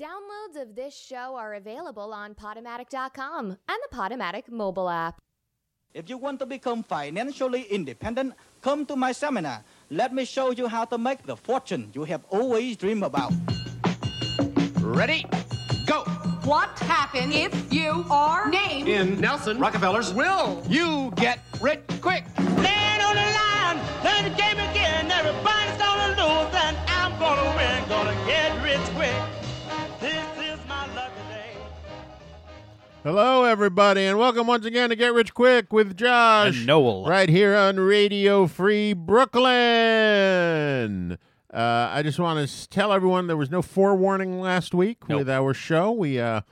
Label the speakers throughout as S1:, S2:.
S1: Downloads of this show are available on Podomatic.com and the Podomatic mobile app.
S2: If you want to become financially independent, come to my seminar. Let me show you how to make the fortune you have always dreamed about.
S3: Ready? Go!
S4: What happens if you are named?
S3: In Nelson Rockefeller's will, you get rich quick.
S5: Land on the line, play the game again. Everybody's gonna lose, and I'm gonna win. Gonna get rich quick. This is my lucky day.
S6: Hello, everybody, and welcome once again to Get Rich Quick with Josh
S7: And Noel.
S6: right here on Radio Free Brooklyn. Uh, I just want to tell everyone there was no forewarning last week
S7: Nope.
S6: with our show. We uh,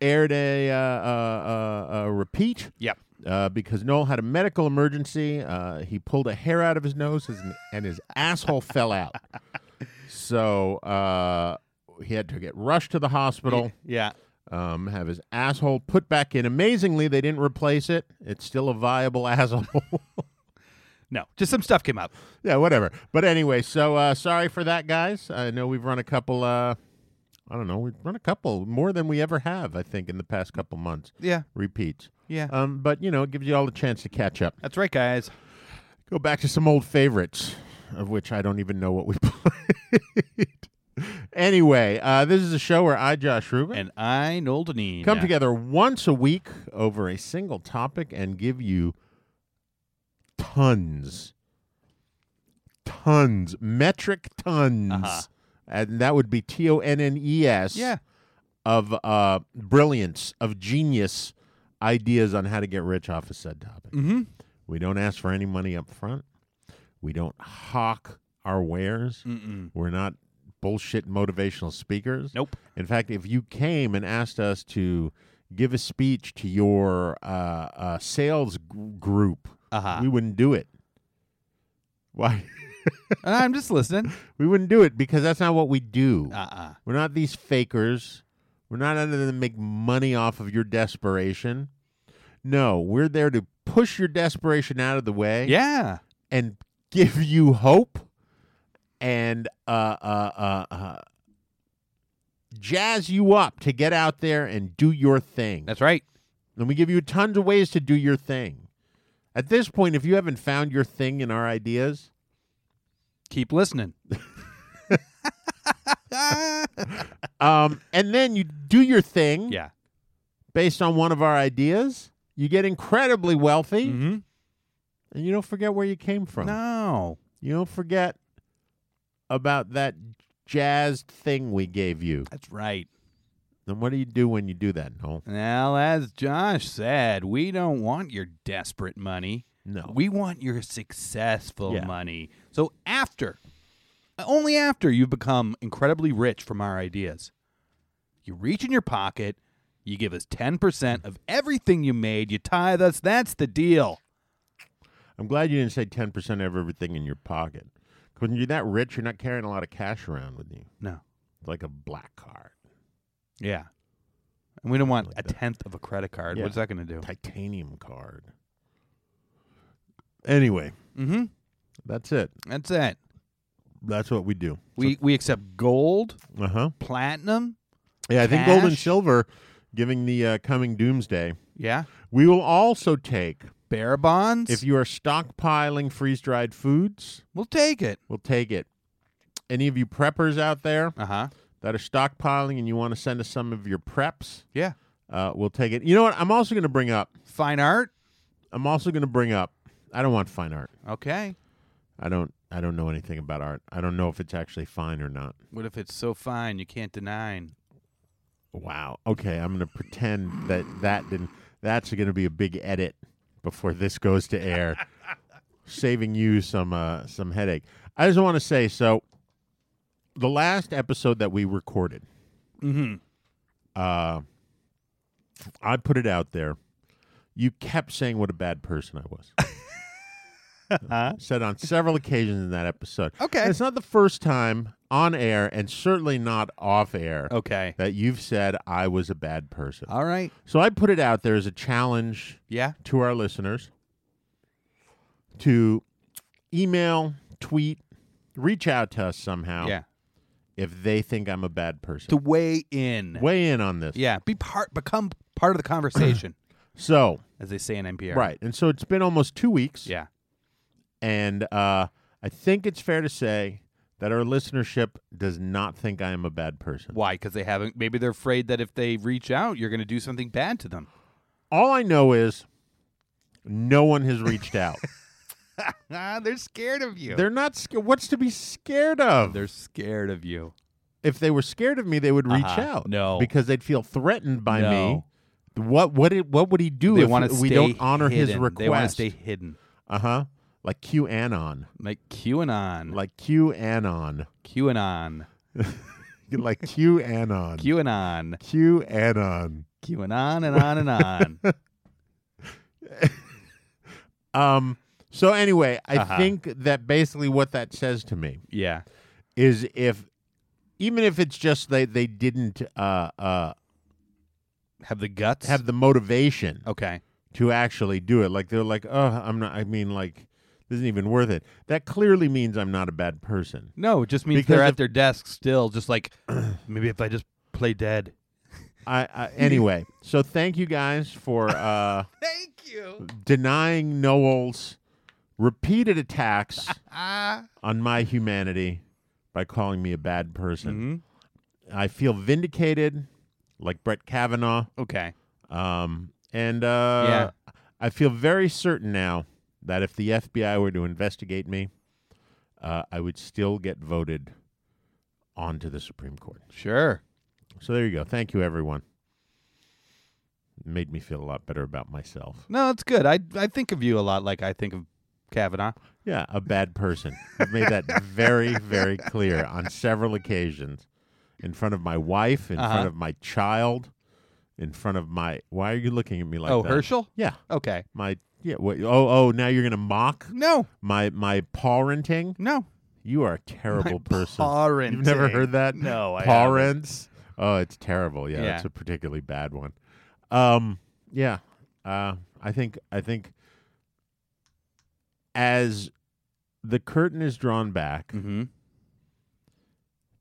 S6: aired a, uh, uh, uh, a repeat
S7: Yep.
S6: uh, because Noel had a medical emergency. Uh, he pulled a hair out of his nose his, and his asshole fell out. So uh, he had to get rushed to the hospital
S7: Yeah.
S6: um, have his asshole put back in. Amazingly, they didn't replace it. It's still a viable asshole.
S7: No, just some stuff came up.
S6: yeah, whatever. But anyway, so uh, sorry for that, guys. I know we've run a couple. Uh, I don't know. We've run a couple more than we ever have. I think in the past couple months.
S7: Yeah.
S6: Repeats.
S7: Yeah.
S6: Um, but you know, it gives you all a chance to catch up.
S7: That's right, guys.
S6: Go back to some old favorites, of which I don't even know what we played. anyway, uh, this is a show where I, Josh Rubin,
S7: And I, Noel Deneen.
S6: come together once a week over a single topic and give you tons tons metric tons
S7: Uh-huh.
S6: and that would be t-o-n-n-e-s
S7: Yeah.
S6: E of uh brilliance of genius ideas on how to get rich off a said topic
S7: Mm-hmm.
S6: we don't ask for any money up front we don't hawk our wares
S7: Mm-mm.
S6: we're not bullshit motivational speakers
S7: Nope.
S6: in fact, if you came and asked us to give a speech to your uh, uh, sales g- group,
S7: Uh-huh.
S6: we wouldn't do it. Why?
S7: and I'm just listening.
S6: we wouldn't do it because that's not what we do.
S7: Uh-uh.
S6: We're not these fakers. We're not out there to make money off of your desperation. No, we're there to push your desperation out of the way
S7: Yeah.
S6: and give you hope and uh, uh, uh, uh, jazz you up to get out there and do your thing.
S7: That's right.
S6: and we give you tons of ways to do your thing. At this point, if you haven't found your thing in our ideas,
S7: Keep listening.
S6: um, and then you do your thing
S7: Yeah.
S6: based on one of our ideas, you get incredibly wealthy
S7: Mm-hmm.
S6: and you don't forget where you came from.
S7: No.
S6: You don't forget about that jazzed thing we gave you.
S7: That's right.
S6: Then what do you do when you do that, Noel?
S7: Well, as Josh said, we don't want your desperate money.
S6: No.
S7: We want your successful
S6: Yeah.
S7: money. So after, only after you've become incredibly rich from our ideas, you reach in your pocket, you give us 10% of everything you made, you tithe us. That's the deal.
S6: I'm glad you didn't say 10% of everything in your pocket. 'Cause When you're that rich, you're not carrying a lot of cash around with you.
S7: No.
S6: It's like a black card,
S7: Yeah. And we don't want a tenth of a credit card.
S6: Yeah.
S7: What's that going to do?
S6: titanium card. Anyway,
S7: Mm-hmm.
S6: that's it.
S7: That's it.
S6: That's what we do.
S7: We, we accept gold,
S6: Uh huh.
S7: platinum.
S6: Yeah, I think gold and
S7: Cash.
S6: silver, giving the uh, coming doomsday.
S7: Yeah.
S6: We will also take,
S7: Bear bonds.
S6: if you are stockpiling freeze dried foods,
S7: we'll take it.
S6: we'll take it. Any of you preppers out there
S7: Uh huh.
S6: that are stockpiling and you want to send us some of your preps,
S7: Yeah.
S6: Uh, we'll take it. You know what? I'm also going to bring up.
S7: Fine art.
S6: I'm also going to bring up. I don't want fine art.
S7: Okay.
S6: I don't. I don't know anything about art. I don't know if it's actually fine or not.
S7: What if it's so fine you can't deny?
S6: Wow. Okay. I'm going to pretend that that didn't. That's going to be a big edit before this goes to air, saving you some uh, some headache. I just want to say so. The last episode that we recorded,
S7: Mm-hmm.
S6: uh, I put it out there. You kept saying what a bad person I was. Said on several occasions in that episode.
S7: Okay.
S6: And it's not the first time on air, and certainly not off air,
S7: Okay.
S6: that you've said I was a bad person.
S7: All right.
S6: so I put it out there as a challenge
S7: Yeah.
S6: to our listeners to email, tweet, reach out to us somehow
S7: Yeah.
S6: if they think I'm a bad person.
S7: to weigh in.
S6: Weigh in on this.
S7: Yeah, be part, become part of the conversation,
S6: So,
S7: as they say in NPR.
S6: right. And so it's been almost two weeks.
S7: Yeah.
S6: And uh, I think it's fair to say that our listenership does not think I am a bad person.
S7: Why? Because they haven't. Maybe they're afraid that if they reach out, you're going to do something bad to them.
S6: All I know is no one has reached out.
S7: Ah, they're scared of you. They're
S6: They're not scared. What's to be scared of?
S7: they're scared of you.
S6: if they were scared of me, they would reach
S7: Uh-huh.
S6: out.
S7: No.
S6: because they'd feel threatened by
S7: No.
S6: me. What what it, what would he do
S7: they
S6: if
S7: want to
S6: we don't honor his
S7: They want to
S6: request?
S7: stay hidden.
S6: uh huh. Like QAnon.
S7: Like QAnon.
S6: Like QAnon.
S7: QAnon.
S6: like QAnon.
S7: QAnon.
S6: QAnon.
S7: QAnon and on and on.
S6: Um. So anyway, I
S7: Uh-huh.
S6: think that basically what that says to me
S7: yeah.
S6: is if even if it's just they they didn't uh uh
S7: Have the guts.
S6: have the motivation
S7: okay.
S6: to actually do it. Like they're like, oh, I'm not. I mean, like this isn't even worth it. That clearly means I'm not a bad person.
S7: No, it just means
S6: Because
S7: they're
S6: if-
S7: at their desk still, just like maybe if I just play dead.
S6: I, I anyway. so thank you guys for uh,
S7: Thank you.
S6: denying Noel's repeated attacks
S7: Ah.
S6: on my humanity by calling me a bad person.
S7: hmm
S6: I feel vindicated, like Brett Kavanaugh.
S7: Okay.
S6: Um, and uh, I feel very certain now that if the FBI were to investigate me, uh, I would still get voted onto the Supreme Court.
S7: Sure.
S6: So there you go. Thank you, everyone. Made me feel a lot better about myself.
S7: No, it's good. I I think of you a lot like I think of Kavanaugh.
S6: Yeah, a bad person. I've made that very, very clear on several occasions in front of my wife, in
S7: Uh-huh.
S6: front of my child, in front of my. Why are you looking at me like
S7: oh,
S6: that?
S7: Herschel?
S6: Yeah.
S7: Okay.
S6: My yeah. Wait, oh oh. Now you're gonna mock
S7: No.
S6: my my parenting.
S7: No.
S6: You are a terrible person.
S7: parenting.
S6: You've never heard that?
S7: No, I haven't.
S6: parents. Oh, it's terrible. Yeah,
S7: Yeah.
S6: it's a particularly bad one. Um, yeah. Uh, I think I think as the curtain is drawn back,
S7: Mm-hmm.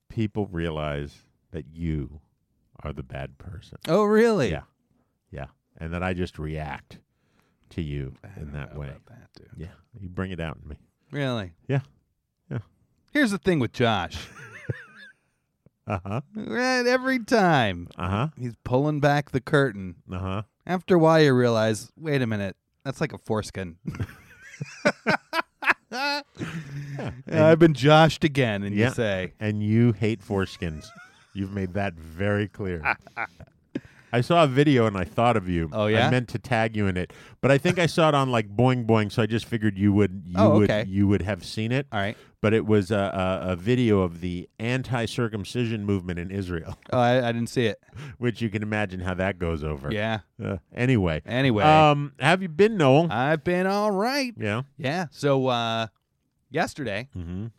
S6: people realize that you are the bad person.
S7: Oh, really?
S6: Yeah. Yeah, and that I just react to you in that way.
S7: that, dude.
S6: Yeah, you bring it out in me.
S7: Really?
S6: Yeah. Yeah.
S7: Here's the thing with Josh.
S6: Uh huh.
S7: Right, every time
S6: Uh huh.
S7: he's pulling back the curtain,
S6: Uh huh.
S7: after a while you realize, wait a minute, that's like a foreskin. I've been joshed again, and
S6: Yeah.
S7: you say,
S6: and you hate foreskins. You've made that very clear. I saw a video and I thought of you.
S7: Oh, yeah?
S6: I meant to tag you in it, but I think I saw it on like Boing Boing, so I just figured you would you
S7: Oh,
S6: would
S7: okay.
S6: you would have seen it.
S7: all right,
S6: But it was a, a, a video of the anti-circumcision movement in Israel,
S7: oh, I, I didn't see it.
S6: which you can imagine how that goes over.
S7: Yeah.
S6: Uh, anyway.
S7: Anyway, Uh,
S6: Um. Have you been Noel?
S7: I've been all right.
S6: yeah.
S7: Yeah. So uh, yesterday,
S6: Mhm.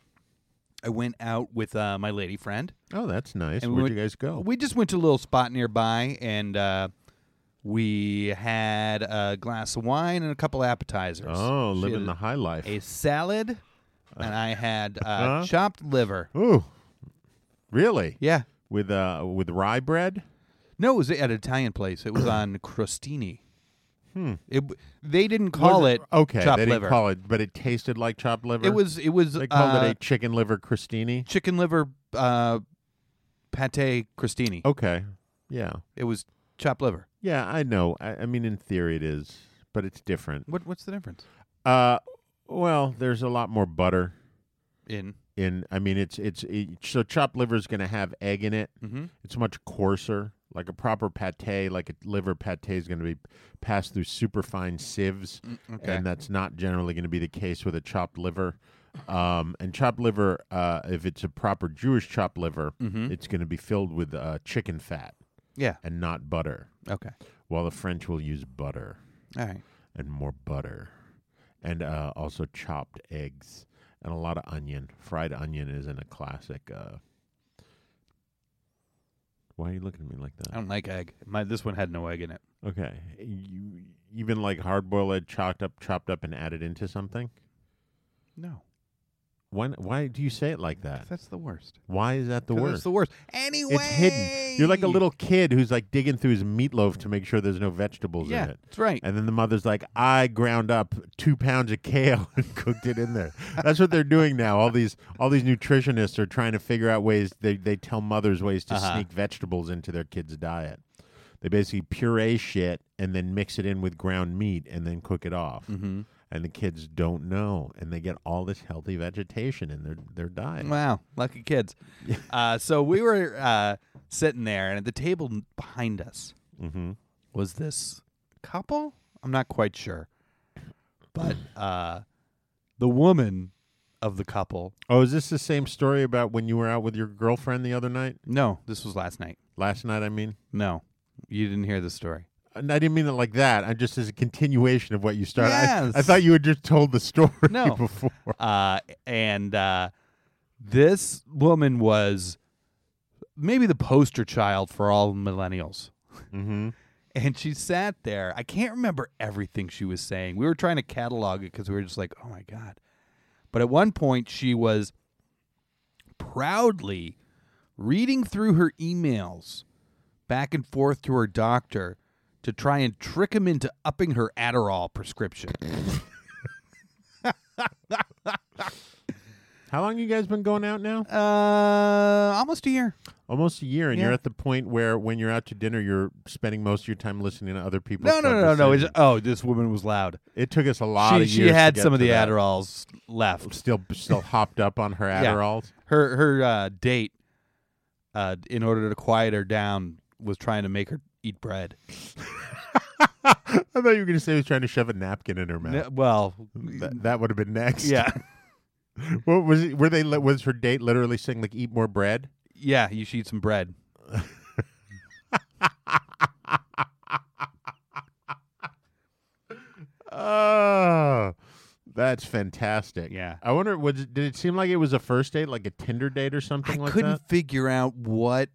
S7: I went out with uh, my lady friend.
S6: Oh, that's nice.
S7: And we
S6: Where'd
S7: went-
S6: you guys go?
S7: We just went to a little spot nearby, and uh, we had a glass of wine and a couple appetizers.
S6: oh,
S7: She
S6: living
S7: had
S6: the high life.
S7: a salad, and I had uh, chopped liver.
S6: Ooh. Really?
S7: Yeah.
S6: with uh with rye bread.
S7: No, it was at an Italian place. It was on Crostini. Hmm. It, w- they didn't call
S6: Was
S7: it,
S6: okay.
S7: chopped
S6: they didn't
S7: liver.
S6: call it, but it tasted like chopped liver.
S7: It was it was
S6: they called
S7: uh,
S6: it a chicken liver crostini.
S7: chicken liver uh, pate crostini.
S6: Okay, yeah,
S7: It was chopped liver.
S6: yeah, I know. I, I mean, in theory, it is, but it's different.
S7: What what's the difference?
S6: Uh, well, there's a lot more butter
S7: In
S6: in. I mean, it's it's it, so chopped liver is going to have egg in it.
S7: Mhm.
S6: It's much coarser. Like a proper pate, like a liver pate is going to be passed through superfine sieves.
S7: okay.
S6: and that's not generally going to be the case with a chopped liver. Um, and chopped liver, uh, if it's a proper Jewish chopped liver, it's going to be filled with uh, chicken fat
S7: yeah.
S6: and not butter.
S7: Okay.
S6: While the French will use butter
S7: All right.
S6: and more butter, and uh, also chopped eggs and a lot of onion. Fried onion isn't a classic. Uh... Why are you looking at me like
S7: I
S6: that?
S7: don't like egg. My this one had no egg in it.
S6: Okay, you even like hard boiled, chopped up, chopped up, and added into something.
S7: No.
S6: When, why do you say it like that?
S7: That's the worst.
S6: Why is that the
S7: 'Cause
S6: worst?
S7: That's the worst. Anyway,
S6: It's hidden. You're like a little kid who's like digging through his meatloaf to make sure there's no vegetables
S7: Yeah,
S6: in it.
S7: that's right.
S6: And then the mother's like, I ground up two pounds of kale and cooked it in there. That's what they're doing now. All these all these nutritionists are trying to figure out ways they, they tell mothers ways to sneak vegetables into their kids' diet. They basically puree shit and then mix it in with ground meat and then cook it off. And the kids don't know, and they get all this healthy vegetation in their their diet.
S7: Wow, lucky kids. uh, so we were uh, sitting there, and at the table n- behind us
S6: Mm-hmm.
S7: was this couple. I'm not quite sure, but uh, the woman of the couple.
S6: Oh, is this the same story about when you were out with your girlfriend the other night?
S7: No, this was last night.
S6: Last night, I mean?
S7: No, you didn't hear the story.
S6: And I didn't mean it like that. I just as a continuation of what you started. I-
S7: Yes.
S6: I, thought you had just told the story
S7: No.
S6: before.
S7: Uh, and uh, this woman was maybe the poster child for all millennials.
S6: Mhm.
S7: And she sat there. I can't remember everything she was saying. We were trying to catalog it because we were just like, oh my God. But at one point, she was proudly reading through her emails back and forth to her doctor to try and trick him into upping her Adderall prescription.
S6: How long you guys been going out now?
S7: Uh, almost a year.
S6: Almost a year, and you're
S7: Yeah.
S6: at the point where when you're out to dinner, you're spending most of your time listening to other people.
S7: No, no, no, no, no. It's, oh, this woman was loud.
S6: it took us a lot
S7: she
S6: of
S7: she
S6: years. to
S7: had
S6: get
S7: some of
S6: to
S7: the
S6: that.
S7: Adderalls left.
S6: Still, still hopped up on her
S7: Yeah.
S6: Adderalls.
S7: Her her uh, date, uh, in order to quiet her down, was trying to make her eat bread.
S6: I thought you were going to say he was trying to shove a napkin in her mouth.
S7: N- well,
S6: That, that would have been next.
S7: yeah,
S6: What was it, were they? li- Was her date literally saying like, "Eat more bread"?
S7: yeah. You should eat some bread.
S6: Oh, that's fantastic.
S7: Yeah.
S6: I wonder, was it, did it seem like it was a first date, like a Tinder date or
S7: I
S6: something like
S7: couldn't
S6: that?
S7: figure out what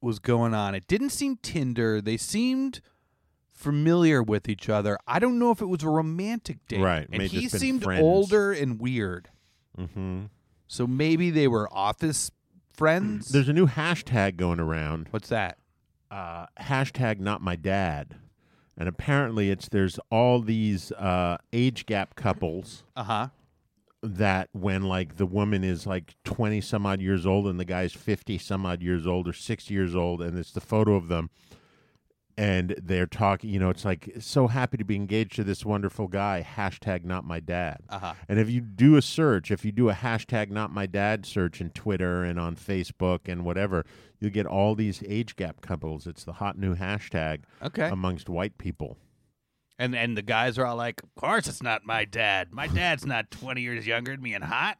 S7: was going on. It didn't seem Tinder. They seemed familiar with each other. I don't know if it was a romantic date.
S6: Right,
S7: And
S6: may
S7: he
S6: just been
S7: seemed
S6: friends.
S7: older and weird.
S6: Mm-hmm.
S7: So maybe they were office friends.
S6: There's a new hashtag going around.
S7: What's that?
S6: Uh, hashtag not my dad, and apparently it's there's all these uh, age gap couples
S7: Uh huh.
S6: that when like the woman is like 20 some odd years old and the guy's 50 some odd years old or 60 years old and it's the photo of them and they're talking you know it's like so happy to be engaged to this wonderful guy hashtag not my dad
S7: Uh-huh.
S6: and if you do a search if you do a hashtag not my dad search in twitter and on facebook and whatever you'll get all these age gap couples it's the hot new hashtag
S7: Okay.
S6: amongst white people
S7: And and the guys are all like, "Of course, it's not my dad. My dad's not twenty years younger than me and hot."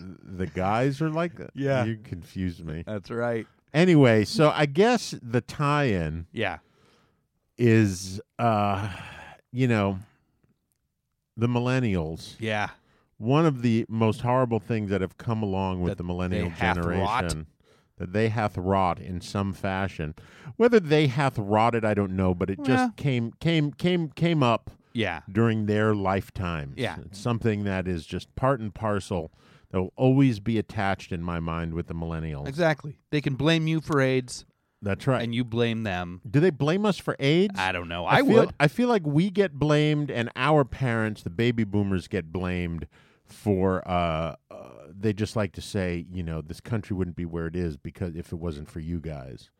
S6: the guys are like that
S7: Yeah.
S6: you confused me
S7: That's right.
S6: Anyway, so I guess the tie-in
S7: Yeah.
S6: is, uh, you know, the millennials.
S7: Yeah.
S6: One of the most horrible things that have come along with
S7: That
S6: the millennial
S7: they hath
S6: generation
S7: wrought.
S6: that they hath wrought in some fashion. Whether they hath rotted, I don't know, but it
S7: Yeah.
S6: just came came came came up
S7: Yeah.
S6: during their lifetimes.
S7: Yeah.
S6: It's something that is just part and parcel that will always be attached in my mind with the millennials.
S7: Exactly. They can blame you for AIDS,
S6: That's right.
S7: and you blame them.
S6: Do they blame us for AIDS?
S7: I don't know. I,
S6: feel,
S7: would.
S6: I feel like we get blamed, and our parents, the baby boomers, get blamed for. Uh, uh, they just like to say, you know, this country wouldn't be where it is because if it wasn't for you guys,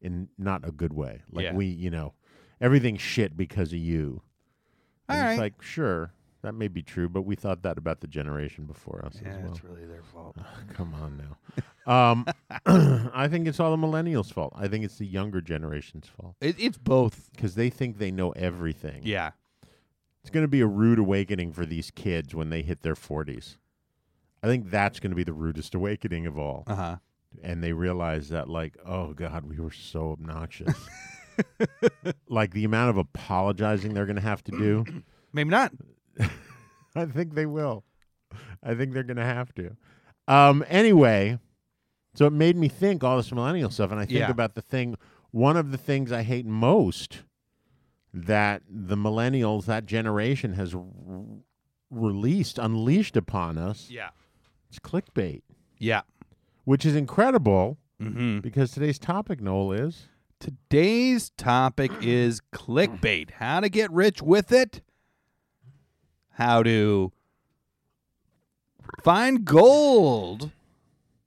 S6: in not a good way. Like
S7: Yeah.
S6: we, you know, everything's shit because of you.
S7: All
S6: And it's
S7: right.
S6: like sure, that may be true, but we thought that about the generation before us as well.
S7: really their fault.
S6: Come on now. Um, I think it's all the millennials' fault. I think it's the younger generation's fault
S7: It, it's both.
S6: because they think they know everything.
S7: Yeah.
S6: It's going to be a rude awakening for these kids when they hit their 40s. I think that's going to be the rudest awakening of all.
S7: Uh huh.
S6: And they realize that, like, oh God, we were so obnoxious. like the amount of apologizing they're going to have to do,
S7: Maybe not.
S6: I think they will. I think they're going to have to. Um, anyway, so it made me think all this millennial stuff. And I think
S7: Yeah.
S6: about the thing, one of the things I hate most that the millennials, that generation, has r- released, unleashed upon us.
S7: Yeah.
S6: It's clickbait,
S7: Yeah.
S6: which is incredible
S7: Mm-hmm.
S6: because today's topic, Noel, is
S7: Today's topic is clickbait. How to get rich with it? How to find gold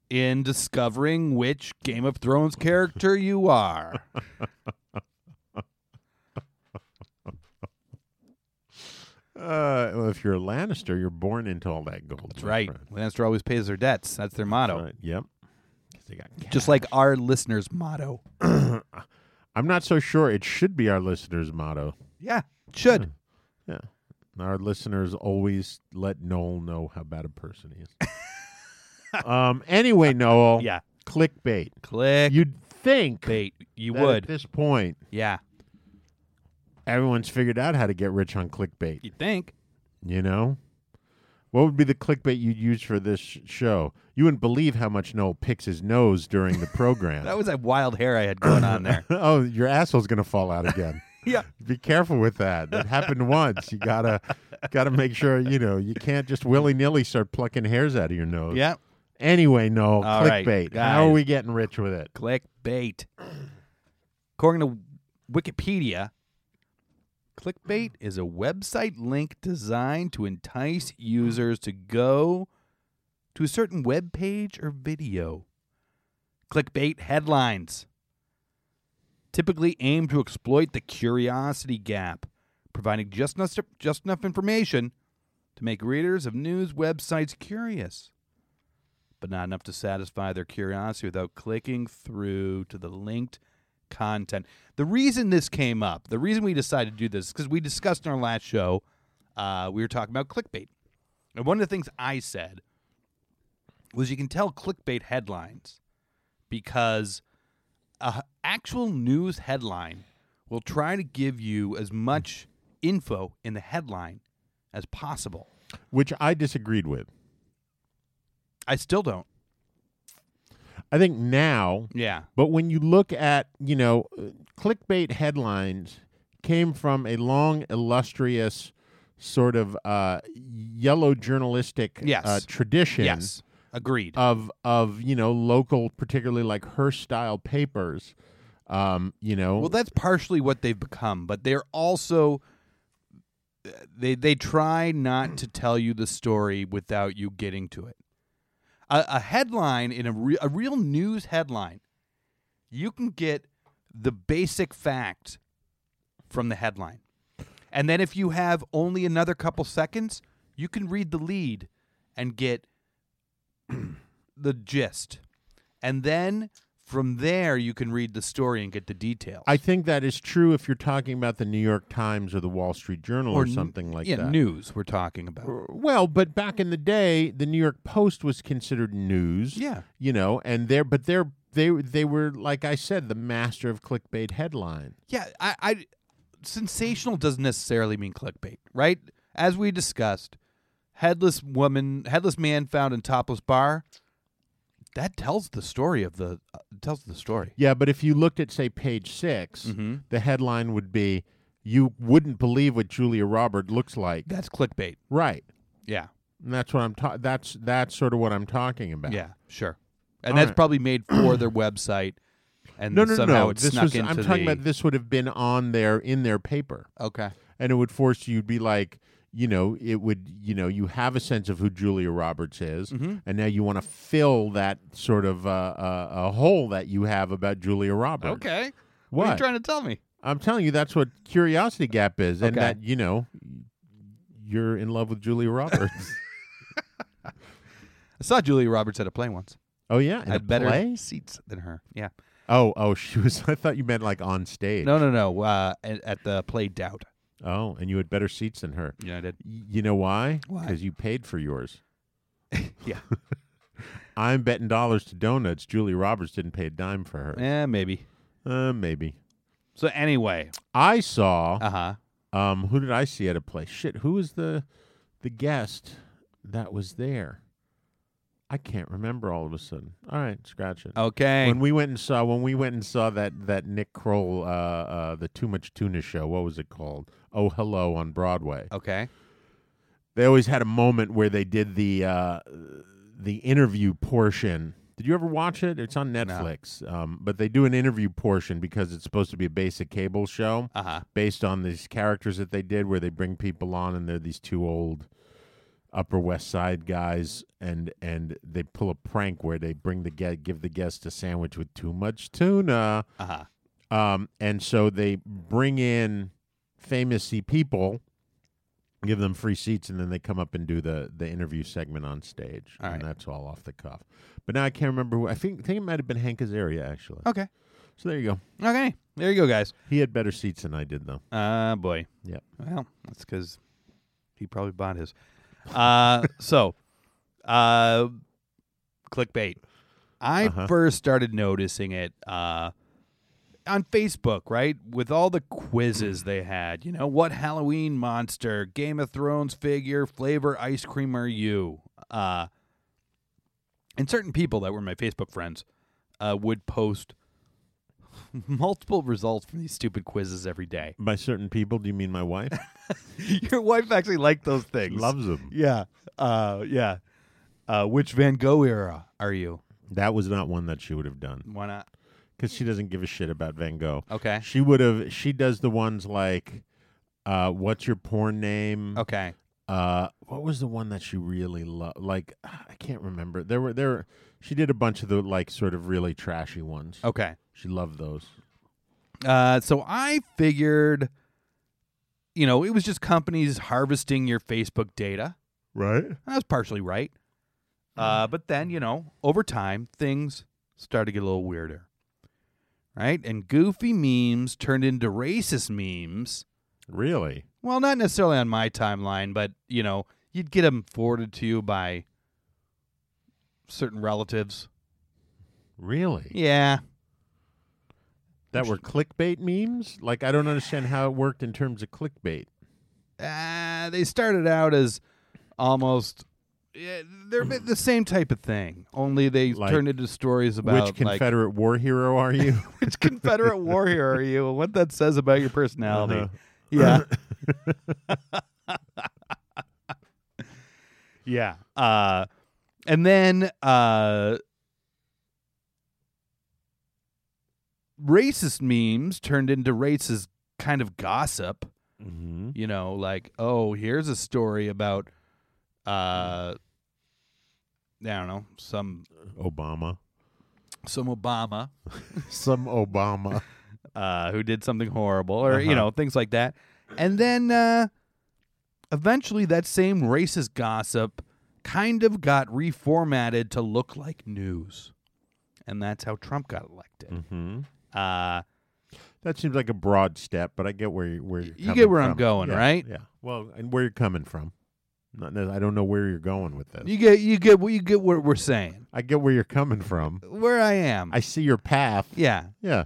S7: in discovering which Game of Thrones character you are.
S6: uh, well, if you're a Lannister, you're born into all that gold.
S7: That's
S6: my
S7: right.
S6: friend.
S7: Lannister always pays their debts. That's their motto.
S6: Right, Yep. 'Cause they got
S7: Just like our listeners' motto.
S6: I'm not so sure it should be our listeners' motto.
S7: Yeah, should.
S6: Yeah. Our listeners always let Noel know how bad a person he is. um anyway, Noel.
S7: Yeah.
S6: Clickbait.
S7: Click
S6: You'd think
S7: bait. You
S6: that
S7: would.
S6: at this point
S7: yeah.
S6: everyone's figured out how to get rich on clickbait.
S7: You think?
S6: You know? What would be the clickbait you'd use for this sh- show? You wouldn't believe how much Noel picks his nose during the program.
S7: That was a wild hair I had going on there.
S6: oh, your asshole's gonna fall out again.
S7: yeah.
S6: be careful with that. That happened once. You gotta gotta make sure you know you can't just willy nilly start plucking hairs out of your nose.
S7: Yeah.
S6: Anyway, no
S7: All right,
S6: clickbait. How are
S7: guys.
S6: we getting rich with it?
S7: Clickbait. According to Wikipedia, clickbait is a website link designed to entice users to go to a certain web page or video. Clickbait headlines typically aim to exploit the curiosity gap, providing just enough, just enough information to make readers of news websites curious but not enough to satisfy their curiosity without clicking through to the linked content. The reason this came up, the reason we decided to do this, is because we discussed in our last show, uh, we were talking about clickbait. And one of the things I said was you can tell clickbait headlines because a h- actual news headline will try to give you as much info in the headline as possible.
S6: Which I disagreed with.
S7: I still don't.
S6: I think now,
S7: Yeah.
S6: but when you look at you know, uh, clickbait headlines came from a long illustrious sort of uh, yellow journalistic
S7: Yes.
S6: uh, tradition.
S7: Yes. Agreed.
S6: of of you know local, particularly like Hearst style papers. Um, you know,
S7: Well, that's partially what they've become, but they're also they they try not to tell you the story without you getting to it. A, a headline in a re- a real news headline, you can get the basic fact from the headline, and then if you have only another couple seconds, you can read the lead and get the gist, and then. From there, you can read the story and get the details.
S6: I think that is true if you're talking about the New York Times or the Wall Street Journal or,
S7: n-
S6: something like
S7: yeah,
S6: that.
S7: news we're talking about.
S6: Well, but back in the day, the New York Post was considered news.
S7: Yeah.
S6: you know, and they're but they're they they were like I said, the master of clickbait headline.
S7: Yeah, I, I sensational doesn't necessarily mean clickbait, right? As we discussed, headless woman, headless man found in topless bar. That tells the story of the uh, tells the story.
S6: Yeah, but if you looked at say page 6
S7: Mm-hmm.
S6: the headline would be, "You wouldn't believe what Julia Roberts looks like."
S7: That's clickbait.
S6: right.
S7: Yeah,
S6: And that's what I'm ta- that's that's sort of what I'm talking about.
S7: yeah, sure. And
S6: All
S7: that's
S6: right.
S7: probably made for their website, and
S6: No, no, no,
S7: somehow
S6: no.
S7: it
S6: This
S7: snuck
S6: was
S7: into
S6: I'm talking
S7: the-
S6: about this would have been on their in their paper.
S7: Okay.
S6: And it would force you to be like, you know, it would, you know, you have a sense of who Julia Roberts is,
S7: Mm-hmm.
S6: and now you want to fill that sort of uh, uh, a hole that you have about Julia Roberts.
S7: Okay.
S6: What?
S7: What are you trying to tell me?
S6: I'm telling you, that's what curiosity gap is, and
S7: Okay.
S6: that you know, you're in love with Julia Roberts.
S7: I saw Julia Roberts at a play once.
S6: oh yeah, in
S7: I
S6: a
S7: had better
S6: play?
S7: seats than her. Yeah.
S6: Oh, oh, she was. I thought you meant like on stage.
S7: No, no, no. Uh, at, at the play Doubt.
S6: Oh, and you had better seats than her.
S7: Yeah, I did.
S6: Y- You know why?
S7: Why?
S6: Because you paid for yours.
S7: Yeah.
S6: I'm betting dollars to donuts. Julie Roberts didn't pay a dime for her.
S7: yeah, Eh, maybe.
S6: Uh, maybe.
S7: So anyway,
S6: I saw.
S7: uh huh.
S6: Um, who did I see at a play? Shit, who was the the guest that was there? I can't remember all of a sudden. All right, scratch it.
S7: Okay.
S6: When we went and saw when we went and saw that that Nick Kroll uh, uh, the Too Much Tuna show, what was it called? Oh Hello on Broadway.
S7: okay.
S6: They always had a moment where they did the uh, the interview portion. Did you ever watch it? It's on Netflix. Um, but they do an interview portion because it's supposed to be a basic cable show
S7: Uh huh.
S6: based on these characters that they did where they bring people on and they're these two old upper west side guys and and they pull a prank where they bring the guest give the guest a sandwich with too much tuna
S7: Uh huh.
S6: um and so they bring in famous people give them free seats and then they come up and do the the interview segment on stage
S7: All
S6: and
S7: right.
S6: that's all off the cuff but now i can't remember who i think think it might have been hank azaria actually
S7: Okay.
S6: so there you go
S7: Okay. There you go, guys.
S6: he had better seats than i did though
S7: Uh boy.
S6: Yep.
S7: Well, that's because he probably bought his. Uh, so, uh, clickbait. I
S6: Uh-huh.
S7: first started noticing it uh, on Facebook, right? With all the
S6: Mm.
S7: quizzes they had, you know, what Halloween monster, Game of Thrones figure, flavor ice cream are you? Uh, and certain people that were my Facebook friends uh, would post multiple results from these stupid quizzes every day.
S6: by certain people do you mean my wife
S7: Your wife actually liked those things.
S6: loves them
S7: Yeah. Uh, yeah. Uh, which Van Gogh era are you?
S6: that was not one that she would have done
S7: Why not?
S6: because she doesn't give a shit about Van Gogh.
S7: Okay.
S6: She would have. She does the ones like, uh, "What's your porn name?"
S7: Okay.
S6: Uh, what was the one that she really loved? Like, I can't remember. There were there. Were, she did a bunch of the like sort of really trashy ones.
S7: Okay.
S6: She loved those.
S7: Uh, so I figured, you know, it was just companies harvesting your Facebook data.
S6: Right.
S7: And I was partially right. Uh, but then, you know, over time, things started to get a little weirder. Right? And goofy memes turned into racist memes.
S6: Really.
S7: Well, not necessarily on my timeline, but you know, you'd get them forwarded to you by certain relatives.
S6: Really.
S7: Yeah,
S6: That were clickbait memes. Like, I don't understand how it worked in terms of clickbait.
S7: uh, they started out as almost yeah, they're a bit the same type of thing, only they
S6: Like,
S7: turned into stories about
S6: Which
S7: like,
S6: Confederate war hero are you?
S7: which Confederate warrior are you, and what that says about your personality.
S6: Uh-huh.
S7: Yeah. yeah. Uh, and then uh, racist memes turned into racist kind of gossip.
S6: mm-hmm.
S7: You know, like, oh, here's a story about, uh, I don't know, some
S6: Obama.
S7: some Obama
S6: Some Obama.
S7: uh, who did something horrible or
S6: Uh-huh.
S7: you know things like that and then uh, eventually that same racist gossip kind of got reformatted to look like news and that's how trump got elected
S6: mm-hmm.
S7: uh,
S6: That seems like a broad step, but I get where you where you're
S7: you
S6: coming
S7: get where I'm
S6: from.
S7: going,
S6: Yeah,
S7: right?
S6: Yeah. Well, and where you're coming from. Not, ne- I don't know where you're going with this.
S7: you get you get what you get what we're saying
S6: I get where you're coming from.
S7: where i am
S6: I see your path.
S7: yeah
S6: Yeah.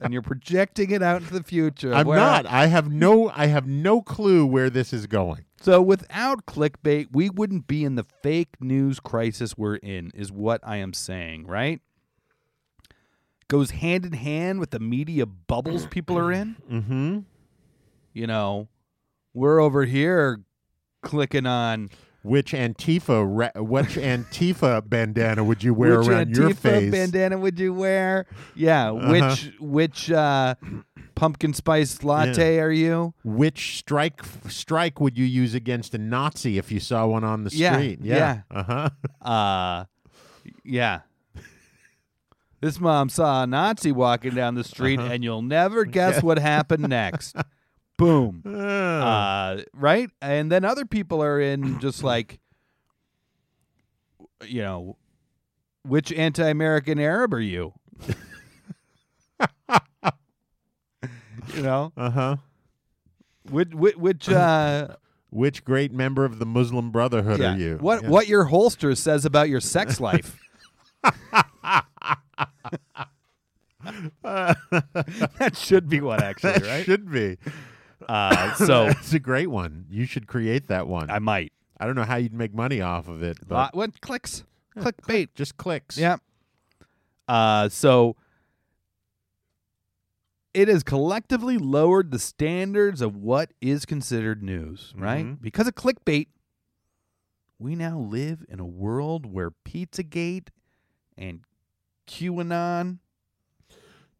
S7: and you're projecting it out into the future of
S6: I'm
S7: Uh, where I-
S6: not. I have no. I have no clue where this is going.
S7: So without clickbait, we wouldn't be in the fake news crisis we're in, is what I am saying, right? Goes hand in hand with the media bubbles people are in.
S6: Mm-hmm.
S7: You know, we're over here clicking on
S6: Which Antifa? Ra- which Antifa bandana would you wear
S7: which
S6: around
S7: Antifa
S6: your face? Uh-huh.
S7: bandana would you wear? Yeah, which which uh, pumpkin spice latte are you?
S6: Which strike strike would you use against a Nazi if you saw one on the
S7: Yeah,
S6: street?
S7: yeah.
S6: Uh huh.
S7: Uh yeah. This mom saw a Nazi walking down the street and you'll never guess what happened next. Boom. Uh right? And then other people are in just like you know which anti-American Arab are you? you know,
S6: Uh huh.
S7: which which, which uh
S6: Which great member of the Muslim Brotherhood
S7: yeah,
S6: are you?
S7: what
S6: Yeah.
S7: what your holster says about your sex life. that should be one actually,
S6: That
S7: right?
S6: should be.
S7: Uh, so
S6: That's a great one. You should create that one.
S7: I might.
S6: I don't know how you'd make money off of it, but
S7: Lot- what clicks? Clickbait.
S6: just clicks.
S7: Yeah. Uh, so it has collectively lowered the standards of what is considered news, right?
S6: Mhm.
S7: Because of clickbait, we now live in a world where Pizzagate and QAnon,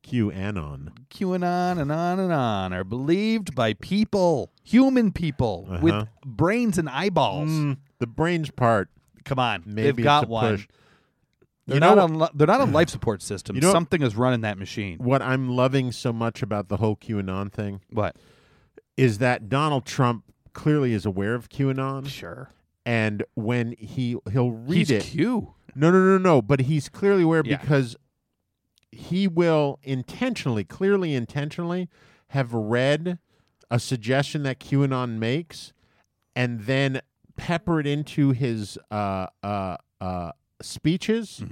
S6: QAnon.
S7: QAnon, and on and on are believed by people, human people with
S6: Uh-huh.
S7: brains and eyeballs.
S6: Mm, the brains part.
S7: Come on,
S6: Maybe
S7: they've
S6: it's
S7: got
S6: a
S7: one.
S6: push.
S7: They're
S6: You
S7: not
S6: know-
S7: on. li- They're not on life support system.
S6: You know-
S7: Something is running that machine.
S6: What I'm loving so much about the whole QAnon thing
S7: What?
S6: is that Donald Trump clearly is aware of QAnon,
S7: Sure.
S6: and when he he'll read
S7: He's
S6: it.
S7: Q.
S6: No, no, no, no. But he's clearly aware
S7: Yeah.
S6: because he will intentionally, clearly intentionally, have read a suggestion that QAnon makes, and then pepper it into his uh, uh, uh, speeches.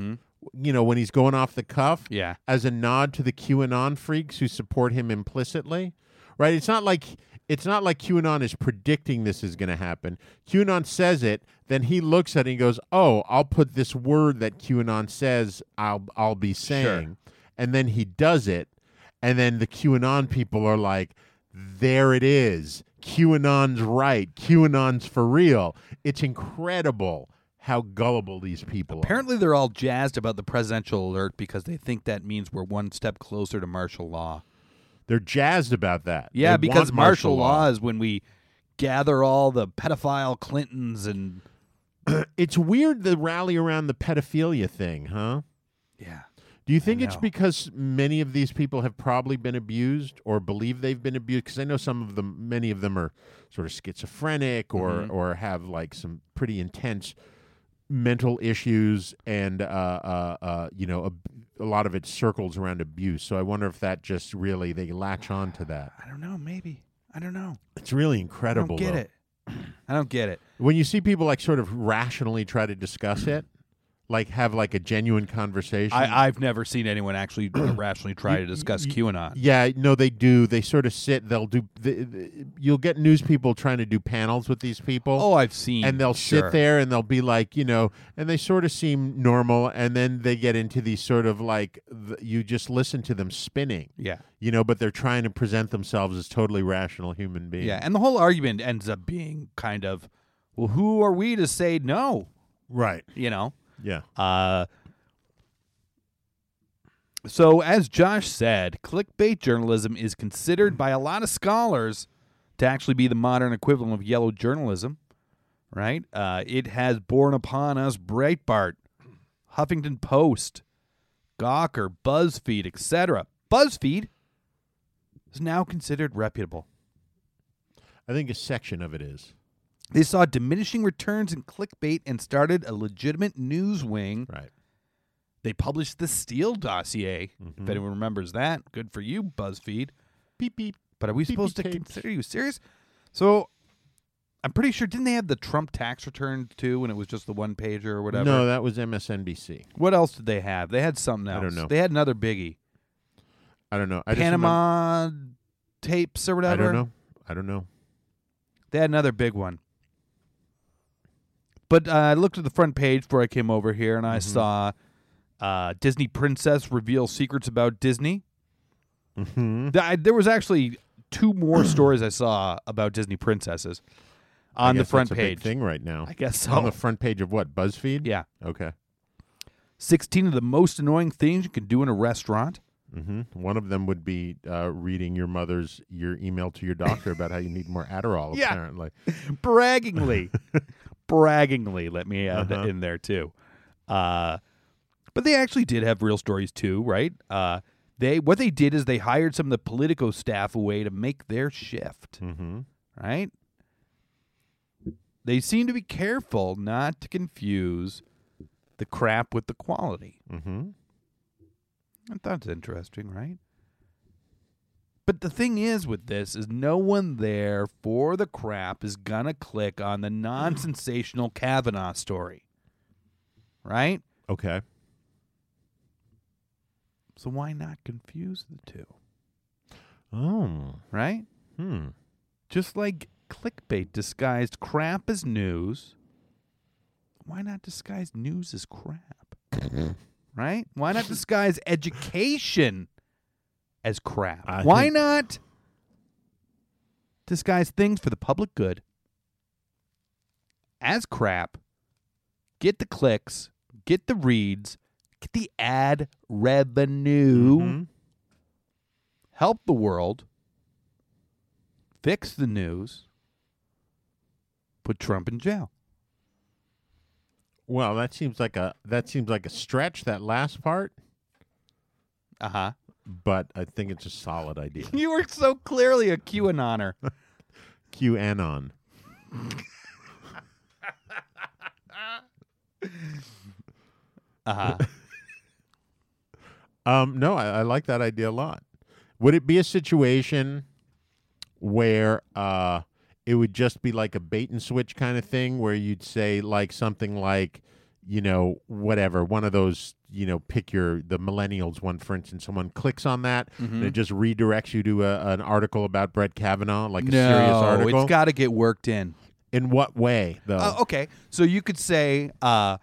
S6: You know, when he's going off the cuff,
S7: Mm-hmm. Yeah.
S6: as a nod to the QAnon freaks who support him implicitly, right? It's not like it's not like QAnon is predicting this is going to happen. QAnon says it, then he looks at it and goes, "Oh, I'll put this word that QAnon says I'll I'll be saying," and then he does it, and then the QAnon people are like, "There it is." QAnon's right. QAnon's for real. It's incredible how gullible these people are.
S7: Apparently, they're all jazzed about the presidential alert because they think that means we're one step closer to martial law.
S6: They're jazzed about that.
S7: Yeah,
S6: They
S7: because
S6: want
S7: martial law. is when we gather all the pedophile Clintons and
S6: It's weird the rally around the pedophilia thing, huh?
S7: yeah,
S6: Do you think it's
S7: know.
S6: because many of these people have probably been abused or believe they've been abused? Because I know some of them, many of them are sort of schizophrenic or or have like some pretty intense mental issues, and uh, uh, uh, you know, a, a lot of it circles around abuse. So I wonder if that just really they latch on to that.
S7: I don't know. Maybe I don't know.
S6: It's really
S7: I
S6: incredible.
S7: don't get
S6: though.
S7: it. I don't get it.
S6: when you see people like sort of rationally try to discuss it like have like a genuine conversation
S7: I, I've never seen anyone actually uh, rationally try to discuss QAnon.
S6: yeah no they do they sort of sit they'll do the, the, you'll get news people trying to do panels with these people
S7: Oh, I've seen.
S6: and they'll
S7: sure.
S6: sit there and they'll be like you know and they sort of seem normal and then they get into these sort of like th- you just listen to them spinning
S7: Yeah.
S6: you know but they're trying to present themselves as totally rational human beings
S7: Yeah, and the whole argument ends up being kind of, well, who are we to say no?
S6: right
S7: You know.
S6: yeah
S7: Uh, so, as Josh said, clickbait journalism is considered by a lot of scholars to actually be the modern equivalent of yellow journalism, right? Uh, it has borne upon us Breitbart, Huffington Post, Gawker, BuzzFeed, etc. BuzzFeed is now considered reputable.
S6: i think a section of it is
S7: They saw diminishing returns in clickbait and started a legitimate news wing
S6: right
S7: They published the Steele dossier.
S6: Mm-hmm.
S7: If anyone remembers that, good for you, BuzzFeed.
S6: beep beep
S7: But are we
S6: Beep,
S7: supposed to
S6: beep, tapes.
S7: consider you serious? So I'm pretty sure didn't they have the Trump tax return too when it was just the one pager or whatever?
S6: No, that was MSNBC.
S7: what else did they have? They had something
S6: I
S7: else.
S6: don't know.
S7: They had another biggie.
S6: I don't know. I just remem-
S7: Panama tapes or
S6: I
S7: whatever.
S6: don't know. I don't know.
S7: They had another big one. But uh, I looked at the front page before I came over here, and
S6: Mm-hmm.
S7: I saw uh, Disney Princess reveal secrets about Disney. Mm-hmm. there was actually two more stories I saw about Disney princesses
S6: I
S7: on the
S6: guess
S7: front
S6: that's a big
S7: page.
S6: thing right now.
S7: I guess so.
S6: on the front page of what? BuzzFeed.
S7: yeah,
S6: Okay.
S7: sixteen of the most annoying things you can do in a restaurant.
S6: hmm One of them would be uh, reading your mother's your email to your doctor about how you need more Adderall.
S7: Yeah.
S6: Apparently,
S7: braggingly, braggingly. Let me add that
S6: Uh-huh.
S7: in there too. Uh, but they actually did have real stories too, right? Uh, they what they did is they hired some of the Politico staff away to make their shift,
S6: Mhm.
S7: right? They seem to be careful not to confuse the crap with the quality.
S6: Mhm.
S7: I thought it's interesting, right? But the thing is with this is no one there for the crap is gonna click on the non-sensational Kavanaugh story. Right?
S6: Okay.
S7: So why not confuse the two?
S6: Oh.
S7: Right?
S6: Hmm.
S7: Just like clickbait disguised crap as news, why not disguise news as crap? right? Why not disguise education as crap?
S6: I
S7: why
S6: think-
S7: not disguise things for the public good as crap? Get the clicks, get the reads, get the ad revenue,
S6: Mm-hmm.
S7: help the world, fix the news, put Trump in jail.
S6: Well, that seems like a that seems like a stretch that last part,
S7: Uh
S6: Uh-huh.
S7: huh.
S6: but I think it's a solid idea.
S7: You were so clearly a QAnoner.
S6: QAnon.
S7: Uh
S6: Uh-huh.
S7: huh.
S6: Um, no, I, I like that idea a lot. Would it be a situation where uh, it would just be like a bait and switch kind of thing, where you'd say like something like, you know, whatever, one of those, you know, pick your the millennials one, for instance. Someone clicks on that
S7: Mm-hmm.
S6: and it just redirects you to a, an article about Brett Kavanaugh, like a serious article.
S7: it's got to get worked in.
S6: In what way though?
S7: Uh, okay, so you could say uh,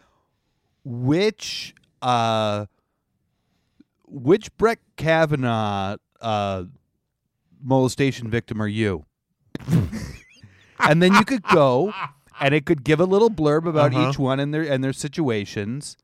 S7: which uh, which Brett Kavanaugh uh, molestation victim are you? and then you could go, and it could give a little blurb about
S6: Uh-huh.
S7: each one and their and their situations,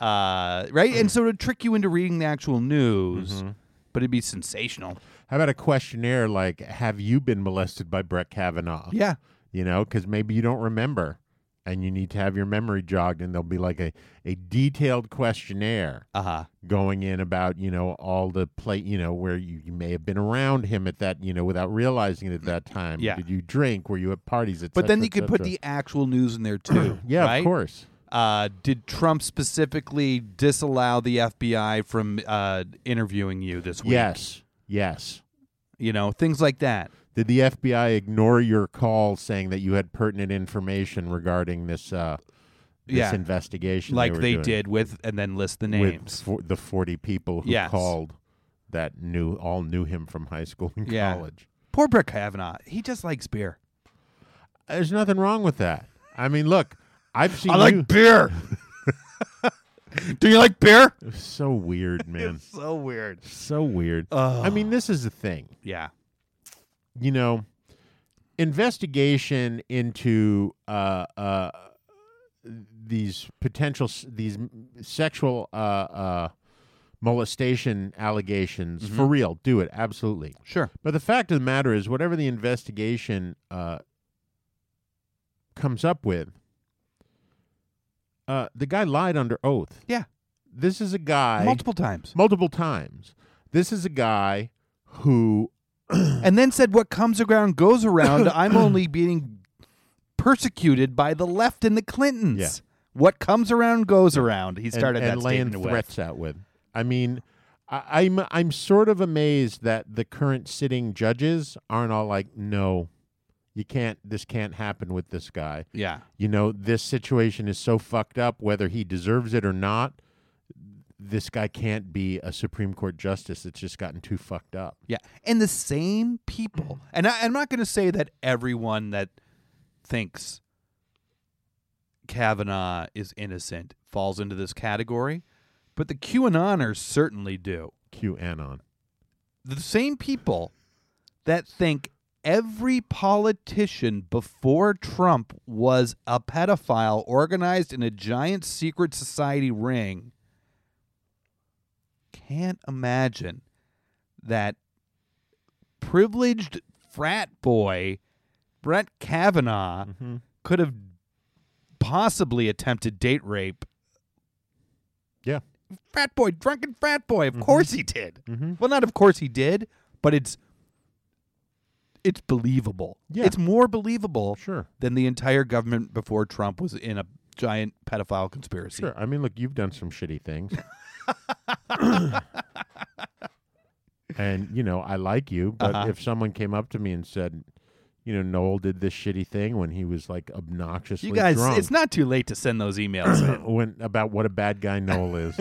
S7: uh, right?
S6: Mm.
S7: And so to trick you into reading the actual news,
S6: Mm-hmm.
S7: but it'd be sensational.
S6: How about a questionnaire like, have you been molested by Brett Kavanaugh?
S7: Yeah.
S6: you know, because maybe you don't remember and you need to have your memory jogged, and there'll be like a, a detailed questionnaire
S7: Uh huh.
S6: going in about, you know, all the play, you know, where you, you may have been around him at that, you know, without realizing it at that time.
S7: Yeah.
S6: Did you drink? Were you at parties? Et
S7: But then
S6: cetera,
S7: you
S6: et
S7: could put
S6: cetera?
S7: the actual news in there too.
S6: Yeah,
S7: right?
S6: of course.
S7: Uh, did Trump specifically disallow the FBI from uh, interviewing you this week?
S6: Yes. Yes.
S7: You know, things like that.
S6: Did the FBI ignore your call saying that you had pertinent information regarding this uh this
S7: Yeah.
S6: investigation?
S7: Like
S6: were
S7: they
S6: doing?
S7: did with, and then list the names.
S6: with for, the 40 people who
S7: Yes.
S6: called that knew all knew him from high school and
S7: Yeah.
S6: college.
S7: Poor Brett Kavanaugh. He just likes beer.
S6: There's nothing wrong with that. I mean, look, I've seen you.
S7: beer. Do you like beer?
S6: so weird, man.
S7: So weird.
S6: so weird.
S7: Ugh.
S6: I mean, this is the thing.
S7: Yeah.
S6: You know, investigation into uh uh these potential s- these m- sexual uh uh molestation allegations
S7: Mm-hmm.
S6: for real do it absolutely
S7: Sure.
S6: But the fact of the matter is, whatever the investigation uh, comes up with, uh, the guy lied under oath.
S7: Yeah.
S6: This is a guy
S7: Multiple times.
S6: multiple times. This is a guy who
S7: and then said, "What comes around goes around." I'm only being persecuted by the left and the Clintons.
S6: Yeah.
S7: What comes around goes around. He
S6: and-
S7: started
S6: and,
S7: that
S6: laying
S7: statement with.
S6: threats out with. I mean, I, I'm I'm sort of amazed that the current sitting judges aren't all like, no, you can't. This can't happen with this guy.
S7: Yeah.
S6: you know, this situation is so fucked up, whether he deserves it or not. This guy can't be a Supreme Court justice. It's just gotten too fucked up.
S7: Yeah. And the same people. And I, I'm not going to say that everyone that thinks Kavanaugh is innocent falls into this category, but the QAnoners certainly do.
S6: QAnon.
S7: the same people that think every politician before Trump was a pedophile organized in a giant secret society ring can't imagine that privileged frat boy Brett Kavanaugh could have possibly attempted date rape.
S6: Yeah.
S7: Frat boy, drunken frat boy,
S6: Mm-hmm.
S7: of course he did. Well, not of course he did, but it's it's believable.
S6: Yeah.
S7: It's more believable
S6: Sure.
S7: than the entire government before Trump was in a giant pedophile conspiracy.
S6: Sure. I mean, look, you've done some shitty things. and, you know, I like you, but
S7: Uh-huh.
S6: if someone came up to me and said, you know, Noel did this shitty thing when he was like obnoxiously
S7: You guys,
S6: drunk.
S7: it's not too late to send those emails in.
S6: when about what a bad guy Noel is.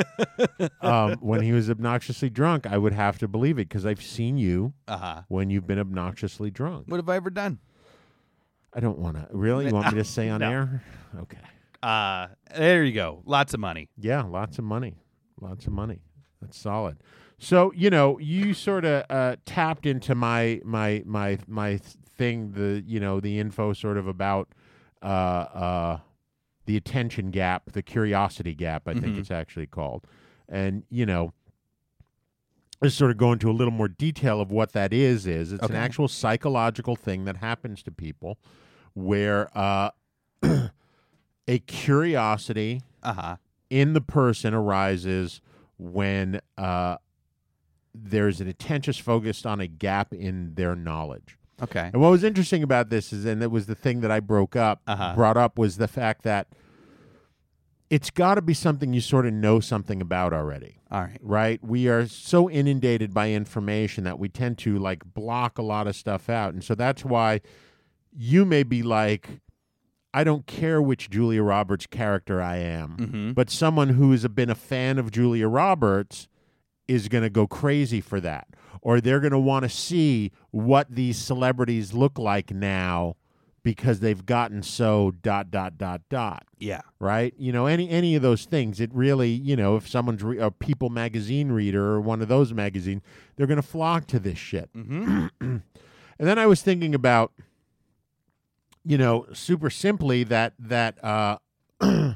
S6: um, when he was obnoxiously drunk, I would have to believe it because I've seen you
S7: Uh-huh.
S6: when you've been obnoxiously drunk.
S7: What have I ever done?
S6: I don't want to. Really, you want me to say on air? Okay.
S7: Uh, there you go. Lots of money.
S6: Yeah, lots of money. Lots of money. That's solid. So, you know, you sort of uh, tapped into my my my my th- thing, the you know, the info sort of about uh uh the attention gap, the curiosity gap, I think it's actually called. And, you know, is sort of go into a little more detail of what that is is it's
S7: Okay.
S6: an actual psychological thing that happens to people where uh, a curiosity
S7: Uh huh.
S6: in the person arises when uh, there's an attention focused on a gap in their knowledge.
S7: Okay.
S6: And what was interesting about this is, and it was the thing that I broke up,
S7: Uh-huh.
S6: brought up, was the fact that it's got to be something you sort of know something about already
S7: All right.
S6: right? We are so inundated by information that we tend to like block a lot of stuff out. And so that's why you may be like, I don't care which Julia Roberts character I am, but someone who has been a fan of Julia Roberts is going to go crazy for that. Or they're going to want to see what these celebrities look like now because they've gotten so dot, dot, dot, dot
S7: Yeah.
S6: right you know any any of those things it really you know if someone's re- a people magazine reader or one of those magazines they're going to flock to this shit and then i was thinking about you know super simply that that uh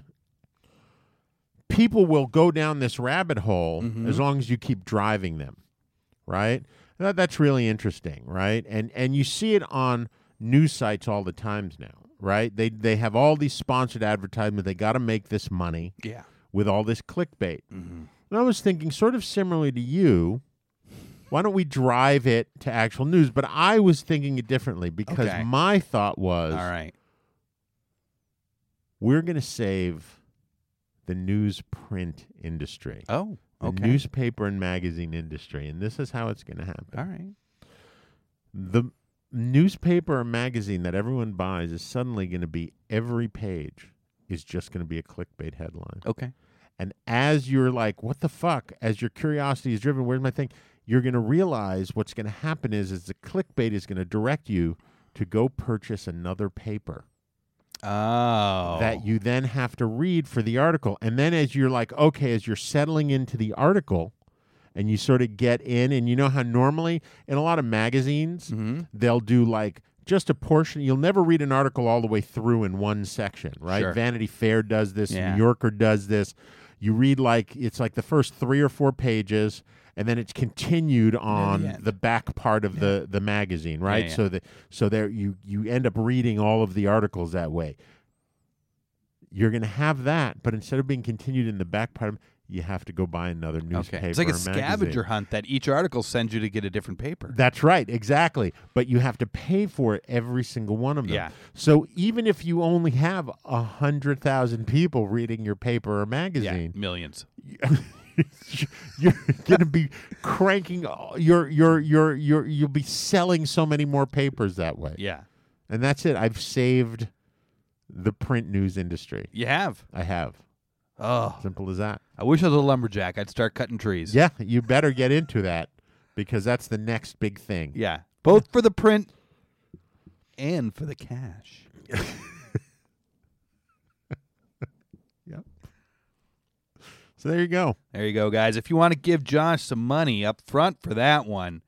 S6: people will go down this rabbit hole as long as you keep driving them right? That, that's really interesting, right? And and you see it on news sites all the times now, right? They they have all these sponsored advertisements. They got to make this money
S7: Yeah.
S6: with all this clickbait.
S7: Mm-hmm.
S6: And I was thinking, sort of similarly to you, why don't we drive it to actual news? But I was thinking it differently because
S7: Okay.
S6: my thought was,
S7: All right.
S6: we're going to save the newsprint industry.
S7: Oh.
S6: The
S7: Okay.
S6: newspaper and magazine industry, and this is how it's going to happen.
S7: All right.
S6: the newspaper or magazine that everyone buys is suddenly going to be every page is just going to be a clickbait headline.
S7: Okay.
S6: And as you're like, what the fuck? As your curiosity is driven, where's my thing? You're going to realize what's going to happen is is the clickbait is going to direct you to go purchase another paper
S7: Oh.
S6: that you then have to read for the article. And then as you're like, okay, as you're settling into the article and you sort of get in, and you know how normally in a lot of magazines,
S7: Mm-hmm.
S6: they'll do like just a portion. You'll never read an article all the way through in one section, right?
S7: Sure.
S6: Vanity Fair does this,
S7: Yeah.
S6: New Yorker does this. You read like it's like the first three or four pages. And then it's continued on the,
S7: end.
S6: back part of the, the magazine, right?
S7: yeah.
S6: So that so there you you end up reading all of the articles that way you're going to have that, but instead of being continued in the back part, you have to go buy another newspaper.
S7: Okay. It's like a
S6: or magazine.
S7: scavenger hunt that each article sends you to get a different paper.
S6: That's right, exactly. But you have to pay for it every single one of them.
S7: Yeah.
S6: So even if you only have a hundred thousand people reading your paper or
S7: yeah.
S6: magazine,
S7: Millions.
S6: you're going to be cranking. all- You're you're you're you're you'll be selling so many more papers that way.
S7: Yeah.
S6: And that's it. I've saved the print news industry.
S7: You have.
S6: I have.
S7: Oh.
S6: Simple as that.
S7: I wish I was a lumberjack. I'd start cutting trees.
S6: Yeah, you better get into that because that's the next big thing.
S7: Yeah. Both for the print and for the cash.
S6: So there you go.
S7: There you go, guys. If you want to give Josh some money up front for that one,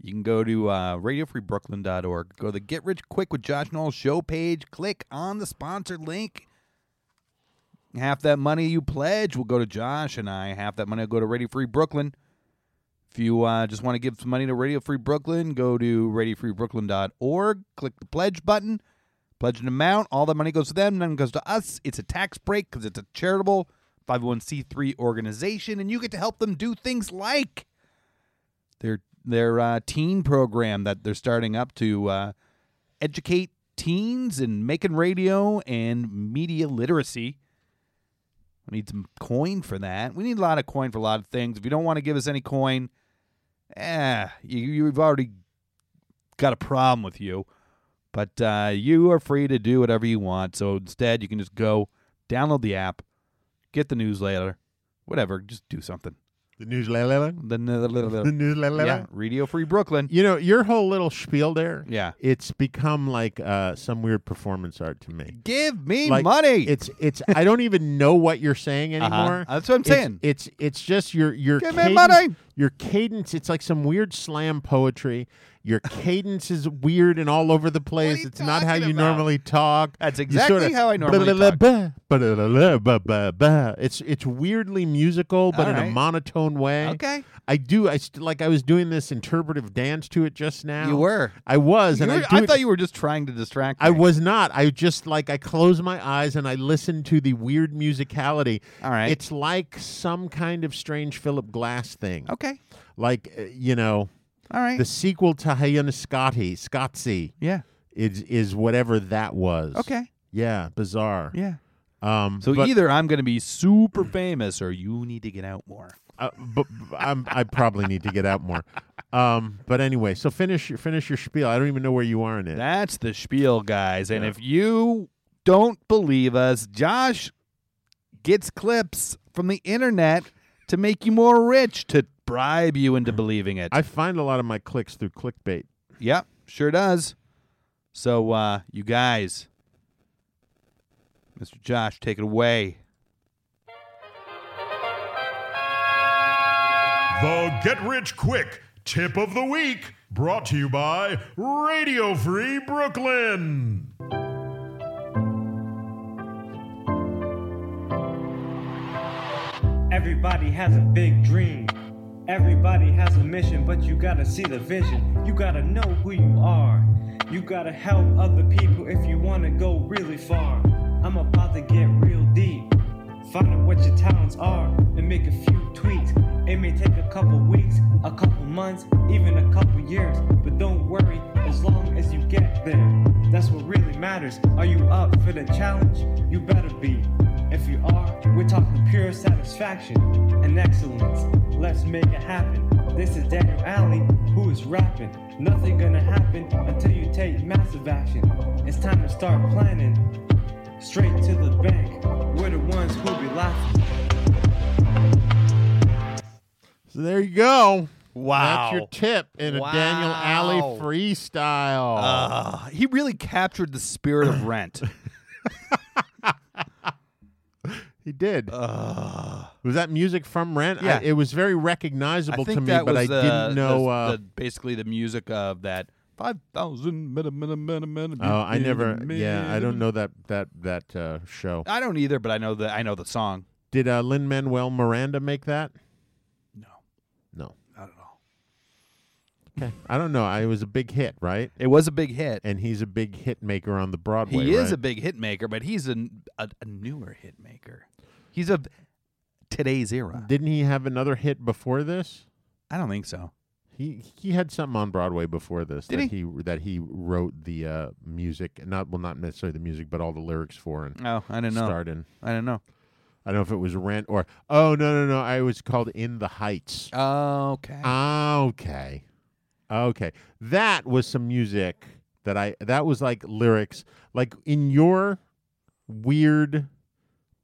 S7: you can go to uh, radiofreebrooklyn.org. Go to the Get Rich Quick with Josh Knoll show page. Click on the sponsor link. Half that money you pledge will go to Josh and I. Half that money will go to Radio Free Brooklyn. If you uh, just want to give some money to Radio Free Brooklyn, go to radiofreebrooklyn.org. Click the pledge button. Pledge an amount. All the money goes to them, none goes to us. It's a tax break because it's a charitable 501c3 organization, and you get to help them do things like their their uh, teen program that they're starting up to uh, educate teens in making radio and media literacy. We need some coin for that. We need a lot of coin for a lot of things. If you don't want to give us any coin, eh, you, you've already got a problem with you. But uh, you are free to do whatever you want. So instead, you can just go download the app, get the newsletter, whatever. Just do something.
S6: The newsletter.
S7: The,
S6: The newsletter.
S7: yeah, Radio Free Brooklyn.
S6: You know, your whole little spiel there.
S7: Yeah.
S6: It's become like uh, some weird performance art to me.
S7: Give me
S6: Like,
S7: money. Uh-huh.
S6: It's it's I don't even know what you're saying anymore.
S7: That's what I'm
S6: It's-
S7: saying.
S6: It's it's, just your your
S7: Give me
S6: cadence,
S7: money.
S6: your cadence. It's like some weird slam poetry. Your cadence is weird and all over the place.
S7: you
S6: It's not how
S7: talking
S6: you
S7: about?
S6: normally talk.
S7: That's
S6: You
S7: exactly
S6: sorta
S7: how I normally
S6: blah,
S7: talk.
S6: blah, blah, blah, blah, blah, blah. It's it's weirdly musical, but
S7: All
S6: in a
S7: right.
S6: monotone way.
S7: Okay.
S6: I do. I st- like. I was doing this interpretive dance to it just now.
S7: You were.
S6: I was,
S7: You
S6: and
S7: were-
S6: I, do
S7: I
S6: it-
S7: thought you were just trying to distract.
S6: I
S7: me.
S6: was not. I just like I closed my eyes and I listened to the weird musicality.
S7: All right.
S6: It's like some kind of strange Philip Glass thing.
S7: Okay.
S6: Like uh, you know,
S7: All right.
S6: the sequel to Hayana Scotti, Scotsy
S7: yeah.
S6: is is whatever that was.
S7: Okay.
S6: Yeah, bizarre.
S7: Yeah.
S6: Um
S7: So
S6: but,
S7: either I'm going to be super famous, or you need to get out more.
S6: uh, but but I'm, I probably need to get out more. Um but anyway, so finish your finish your spiel. I don't even know where you are in it.
S7: That's the spiel, guys. And if you don't believe us, Josh gets clips from the internet to make you more rich to bribe you into believing it.
S6: I find a lot of my clicks through clickbait.
S7: Yep, sure does. So, uh, you guys, Mr. Josh, take it away.
S8: The Get Rich Quick Tip of the Week, brought to you by Radio Free Brooklyn.
S9: Everybody has a big dream. Everybody has a mission, but you gotta see the vision. You gotta know who you are. You gotta help other people if you wanna go really far. I'm about to get real deep. Find out what your talents are and make a few tweaks. It may take a couple weeks, a couple months, even a couple years, but don't worry as long as you get there. That's what really matters. Are you up for the challenge? You better be. If you are, we're talking pure satisfaction and excellence. Let's make it happen. This is Daniel Alley, who is rapping. Nothing gonna happen until you take massive action. It's time to start planning. Straight to the bank. We're the ones who be laughing.
S6: So there you go.
S7: Wow.
S6: That's your tip in a Daniel Alley
S7: Wow.
S6: freestyle.
S7: Uh, he really captured the spirit of Rent.
S6: he did. was that music from Rent? I-
S7: uh. Yeah.
S6: it was very recognizable
S7: I
S6: to
S7: think
S6: me,
S7: that
S6: but
S7: was
S6: I
S7: the-
S6: didn't know.
S7: the-
S6: uh,
S7: the- basically the music of that five thousand.
S6: oh, I never. Yeah, I don't know that that that uh, show.
S7: I don't either, but I know the I know the song.
S6: Did uh, Lin Manuel Miranda make that?
S7: No,
S6: No.
S7: not at all.
S6: Okay. I don't know. I it was a big hit, right?
S7: It was a big hit.
S6: And he's a big hit maker on the
S7: He
S6: Broadway.
S7: is
S6: right?
S7: a big hit maker, but he's a, a, a newer hit maker. He's of today's era.
S6: Didn't he have another hit before this?
S7: I don't think so.
S6: He he had something on Broadway before this
S7: Did
S6: that he? that he wrote the uh, music, not well, not necessarily the music, but all the lyrics for and
S7: Oh, I don't know.
S6: starred in.
S7: I don't know.
S6: I don't know if it was Rent or oh no no no, I was called In the
S7: Oh,
S6: Heights.
S7: Okay.
S6: okay, okay, that was some music that I that was like lyrics like in your weird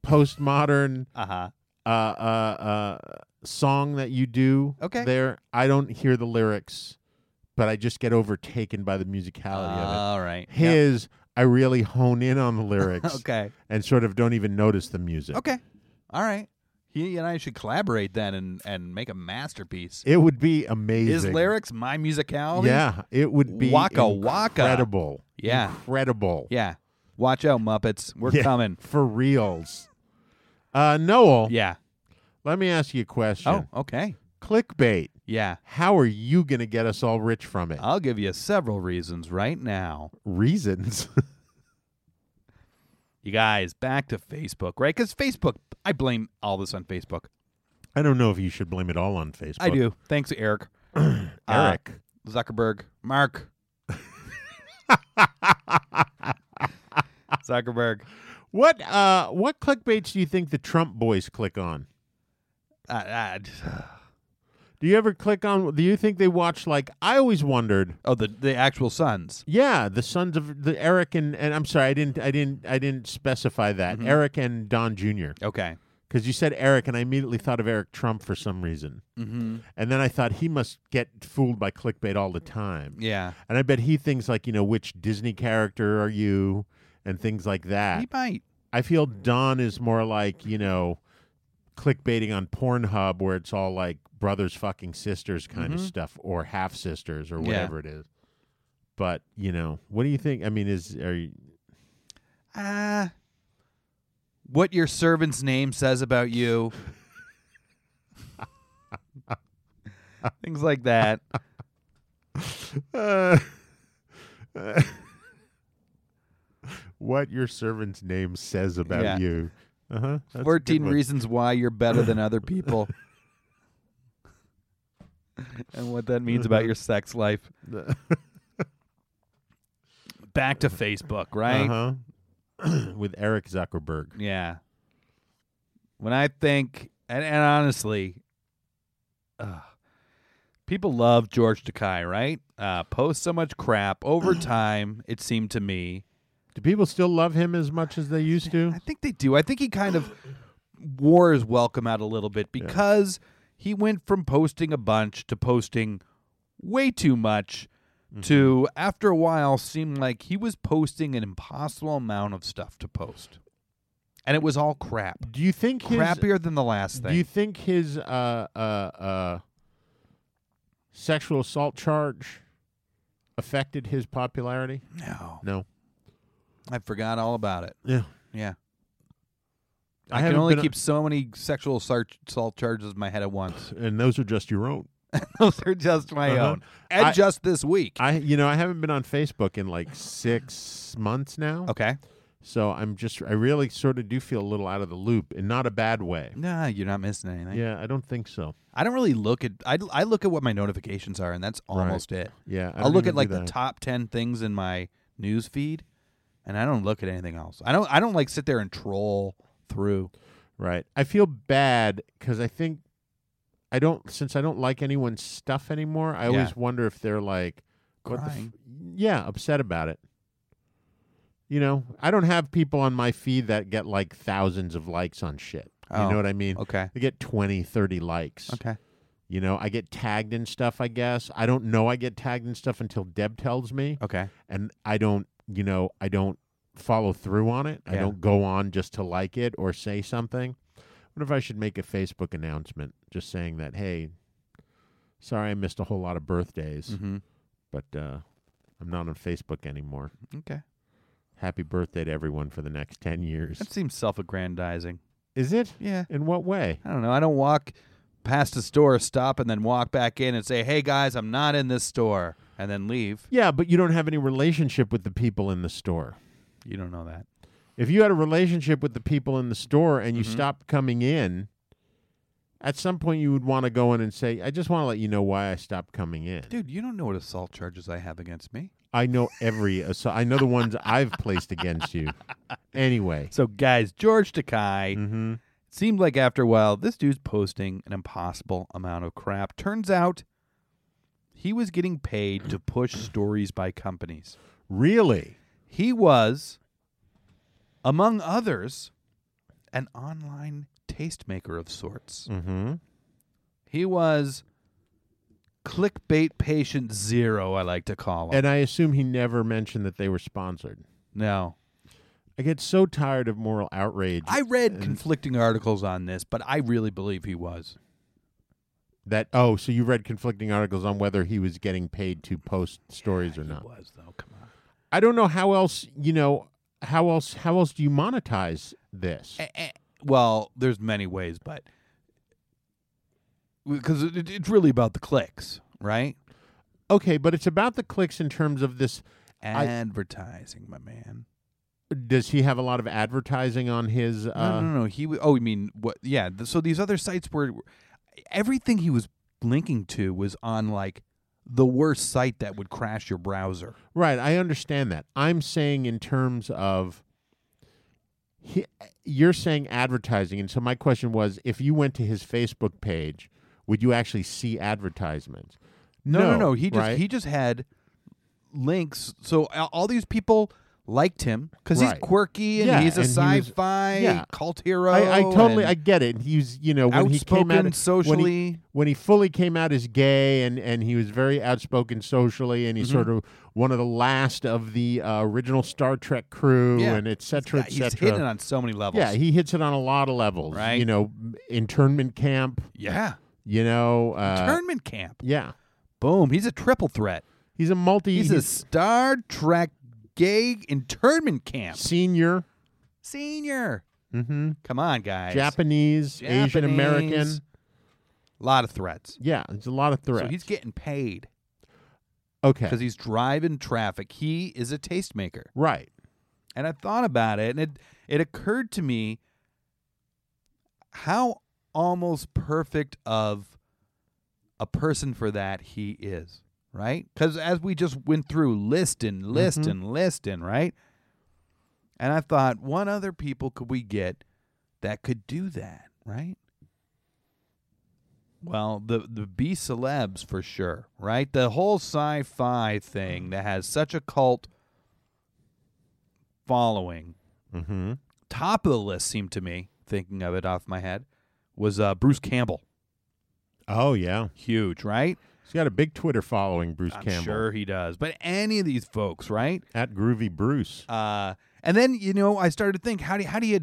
S6: postmodern
S7: Uh huh.
S6: uh, uh, uh, song that you do
S7: Okay.
S6: there. I don't hear the lyrics, but I just get overtaken by the musicality of
S7: All right.
S6: it. His, I really hone in on the lyrics
S7: Okay.
S6: and sort of don't even notice the music.
S7: Okay. All right. He and I should collaborate then and, and make a masterpiece.
S6: It would be amazing.
S7: His lyrics, my musicality.
S6: Yeah, it would be
S7: Waka waka.
S6: incredible.
S7: Yeah.
S6: Incredible.
S7: Yeah. Watch out, Muppets. We're
S6: Yeah,
S7: coming.
S6: For reals. Uh, Noel,
S7: Yeah.
S6: let me ask you a question.
S7: Oh, okay.
S6: Clickbait.
S7: Yeah.
S6: How are you going to get us all rich from it?
S7: I'll give you several reasons right now.
S6: Reasons.
S7: You guys, back to Facebook, right? Because Facebook, I blame all this on Facebook.
S6: I don't know if you should blame it all on Facebook.
S7: I do. Thanks, Eric. Uh,
S6: Eric.
S7: Zuckerberg. Mark. Zuckerberg.
S6: What uh what clickbaits do you think the Trump boys click on?
S7: Uh, uh,
S6: Do you ever click on do you think they watch like I always wondered
S7: oh, the, the actual sons.
S6: yeah, the sons of the
S7: Mm-hmm.
S6: Eric and, and I'm sorry, I didn't I didn't I didn't specify that. Eric and Don Jr.
S7: Okay.
S6: because you said Eric, and I immediately thought of Eric Trump for some reason. Mm-hmm. And then I thought he must get fooled by clickbait all the time.
S7: Yeah.
S6: And I bet he thinks like, you know, which Disney character are you and things like that.
S7: He might.
S6: I feel Don is more like, you know, clickbaiting on Pornhub where it's all like brothers fucking sisters kind of stuff or half sisters or
S7: Mm-hmm. Yeah.
S6: whatever it is. But, you know, what do you think? I mean, is are you,
S7: Ah. what your servant's name says about you. Things like that.
S6: uh, what your servant's name says about
S7: Yeah.
S6: you. Uh-huh. That's a good
S7: 14
S6: one.
S7: reasons why you're better than other people. and what that means about your sex life. Back to Facebook, right?
S6: Uh-huh. With Eric Zuckerberg.
S7: Yeah. When I think, and, and honestly, ugh, people love George Takai, right? Uh, posts so much crap over time. It seemed to me,
S6: Do people still love him as much as they used to?
S7: I think they do. I think he kind of wore his welcome out a little bit because he went from posting a bunch to posting way too much. To after a while, seemed like he was posting an impossible amount of stuff to post, and it was all crap.
S6: Do you think his,
S7: crappier than the last thing.
S6: Do you think his uh, uh, uh, sexual assault charge affected his popularity?
S7: no,
S6: No.
S7: I forgot all about it.
S6: Yeah.
S7: Yeah, I,
S6: I
S7: can
S6: haven't
S7: only
S6: been-
S7: keep so many sexual sar- assault charges in my head at once.
S6: And those are just your own.
S7: Those are just my
S6: Uh-huh.
S7: own, and
S6: I-
S7: just this week.
S6: I you know I haven't been on Facebook in like six months now.
S7: okay,
S6: So I'm just I really sort of do feel a little out of the loop in not a bad way.
S7: nah, you're not missing anything.
S6: Yeah, I don't think so.
S7: I don't really look at. I, I look at what my notifications are, and that's almost it.
S6: Yeah, I
S7: I'll
S6: don't
S7: look
S6: even
S7: at
S6: do
S7: like the
S6: that.
S7: top ten things in my news feed, and I don't look at anything else. I don't. I don't like sit there and troll through.
S6: Right. I feel bad because I think I don't since I don't like anyone's stuff anymore. I
S7: Yeah.
S6: always wonder if they're like what the
S7: Crying.
S6: yeah upset about it. You know, I don't have people on my feed that get like thousands of likes on shit.
S7: Oh,
S6: you know what I mean?
S7: okay.
S6: They get 20, 30 likes.
S7: Okay.
S6: You know, I get tagged in stuff, I guess. I don't know I get tagged in stuff until Deb tells me.
S7: Okay.
S6: And I don't, you know, I don't follow through on it. I
S7: Yeah.
S6: don't go on just to like it or say something. What if I should make a Facebook announcement just saying that, hey, sorry I missed a whole lot of birthdays,
S7: Mm-hmm.
S6: but uh, I'm not on Facebook anymore.
S7: Okay.
S6: Happy birthday to everyone for the next 10 years.
S7: That seems self-aggrandizing.
S6: Is it?
S7: Yeah.
S6: In what way?
S7: I don't know. I don't walk past a store, stop, and then walk back in and say, "Hey guys, I'm not in this store," and then leave.
S6: Yeah, but you don't have any relationship with the people in the store.
S7: You don't know that.
S6: If you had a relationship with the people in the store and you stopped coming in, at some point you would want to go in and say, "I just want to let you know why I stopped coming in."
S7: Dude, you don't know what assault charges I have against me.
S6: I know every so I know the ones I've placed against you. Anyway,
S7: So, guys, George Takai
S6: mm-hmm.
S7: seemed like after a while, this dude's posting an impossible amount of crap. Turns out he was getting paid to push stories by companies.
S6: really,
S7: He was, among others, an online tastemaker of sorts.
S6: mm-hmm.
S7: He was clickbait patient zero, I like to call him.
S6: and I assume he never mentioned that they were sponsored.
S7: no.
S6: I get so tired of moral outrage
S7: I read conflicting articles on this, but I really believe he was.
S6: that oh, so you read conflicting articles on whether he was getting paid to post stories or not.
S7: was, though. Come on.
S6: I don't know how else you know how else how else do you monetize this?
S7: eh, eh, well, there's many ways, but because it, it- it's really about the clicks, right?
S6: Okay, but it's about the clicks in terms of this. I-
S7: Advertising, my man.
S6: Does he have a lot of advertising on his?
S7: no,
S6: Uh,
S7: no, no. He. w- Oh, you mean what? Yeah. th- so these other sites were everything he was linking to was on like the worst site that would crash your browser.
S6: Right, I understand that. I'm saying in terms of. He, you're saying advertising, and so my question was: if you went to his Facebook page, would you actually see advertisements?
S7: No, no, no. He just
S6: right?
S7: he just had links. So a- all these people liked him because
S6: Right.
S7: he's quirky and
S6: Yeah,
S7: he's a
S6: and he was-
S7: sci-fi
S6: yeah.
S7: cult hero.
S6: I, I totally
S7: and-
S6: I get it. He's you know when he
S7: Outspoken
S6: came out when he,
S7: socially.
S6: when he fully came out as gay and and he was very outspoken socially and he's
S7: Mm-hmm.
S6: sort of one of the last of the uh, original Star Trek crew
S7: Yeah.
S6: and et cetera, et
S7: he's
S6: cetera.
S7: hitting on so many levels.
S6: yeah, he hits it on a lot of levels.
S7: Right.
S6: You know, internment camp.
S7: yeah.
S6: You know, uh,
S7: Internment camp.
S6: yeah,
S7: Boom. He's a triple threat.
S6: he's a multi.
S7: He's a Star Trek gay internment camp
S6: senior,
S7: senior. Mm-hmm. Come on, guys.
S6: Japanese, Asian American.
S7: Japanese. lot of threats.
S6: Yeah, it's a lot of threats.
S7: So he's getting paid
S6: okay.
S7: because he's driving traffic. He is a tastemaker.
S6: right.
S7: And I thought about it, and it it occurred to me how almost perfect of a person for that he is, right? Because as we just went through, listing, listing, listing, right? And I thought, what other people could we get that could do that, right? Well, the the B celebs for sure, right? The whole sci-fi thing that has such a cult following.
S6: Mm-hmm.
S7: Top of the list seemed to me, thinking of it off my head, was uh, Bruce Campbell.
S6: Oh yeah,
S7: Huge, right?
S6: he's got a big Twitter following. Bruce
S7: I'm
S6: Campbell.
S7: sure he does. But any of these folks, right?
S6: At Groovy Bruce.
S7: Uh, and then you know, I started to think how do how do you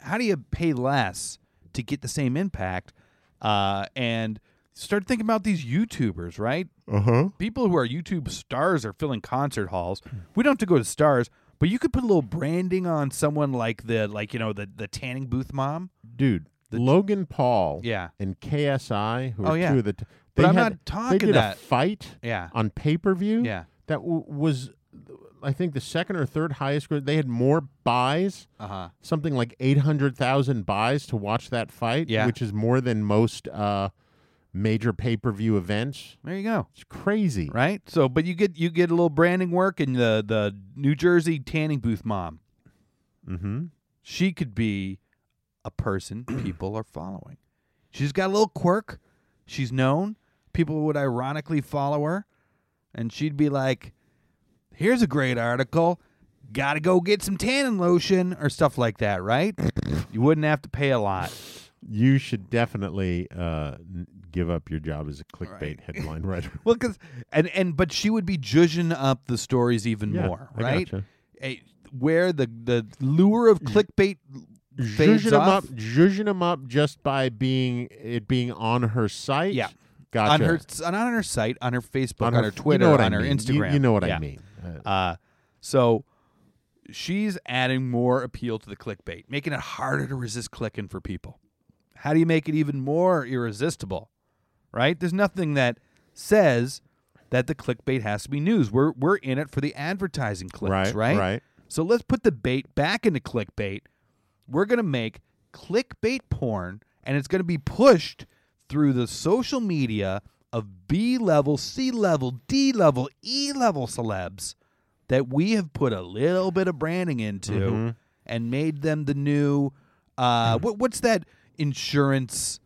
S7: how do you pay less to get the same impact? Uh, and start thinking about these YouTubers, right?
S6: Uh huh.
S7: People who are YouTube stars are filling concert halls.
S6: Hmm.
S7: We don't have to go to stars, but you could put a little branding on someone like the like you know the the tanning booth mom.
S6: Dude, Logan Paul
S7: Yeah.
S6: and KSI, who
S7: Oh,
S6: are
S7: yeah.
S6: two of the. T-
S7: But
S6: they
S7: I'm
S6: had-
S7: not talking
S6: They did
S7: that-
S6: a fight
S7: Yeah.
S6: on pay per view
S7: Yeah.
S6: that w- was, I think, the second or third highest. gro- They had more buys,
S7: Uh huh.
S6: something like 800,000 buys to watch that fight,
S7: Yeah.
S6: which is more than most uh, major pay per view events.
S7: There you go.
S6: It's crazy.
S7: Right. So, but you get you get a little branding work and the the New Jersey tanning booth mom.
S6: Mm-hmm.
S7: She could be a person people are following. She's got a little quirk. She's known. People would ironically follow her, and she'd be like, "Here's a great article. Got to go get some tanning lotion or stuff like that." Right. you wouldn't have to pay a lot.
S6: You should definitely uh, n- give up your job as a clickbait headline writer.
S7: Well, because and and but she would be judging up the stories even
S6: Yeah,
S7: more,
S6: I
S7: right?
S6: gotcha.
S7: Eh, where the the lure of clickbait fades
S6: zhuzhing them
S7: off
S6: up, zhuzhing them up just by being it being on her site.
S7: Yeah.
S6: gotcha.
S7: on her not on her site, on her Facebook, on her,
S6: f- you
S7: Twitter,
S6: know what I
S7: on her
S6: mean. You-
S7: Instagram.
S6: You, know what
S7: Yeah.
S6: I mean. Uh,
S7: Uh, so she's adding more appeal to the clickbait, making it harder to resist clicking for people. How do you make it even more irresistible? Right? There's nothing that says that the clickbait has to be news. We're we're in it for the advertising clicks,
S6: Right,
S7: right?
S6: right.
S7: So let's put the bait back into clickbait. We're gonna make clickbait porn and it's gonna be pushed through the social media of B level, C level, D level, E level celebs that we have put a little bit of branding into and made them the new uh what what's that insurance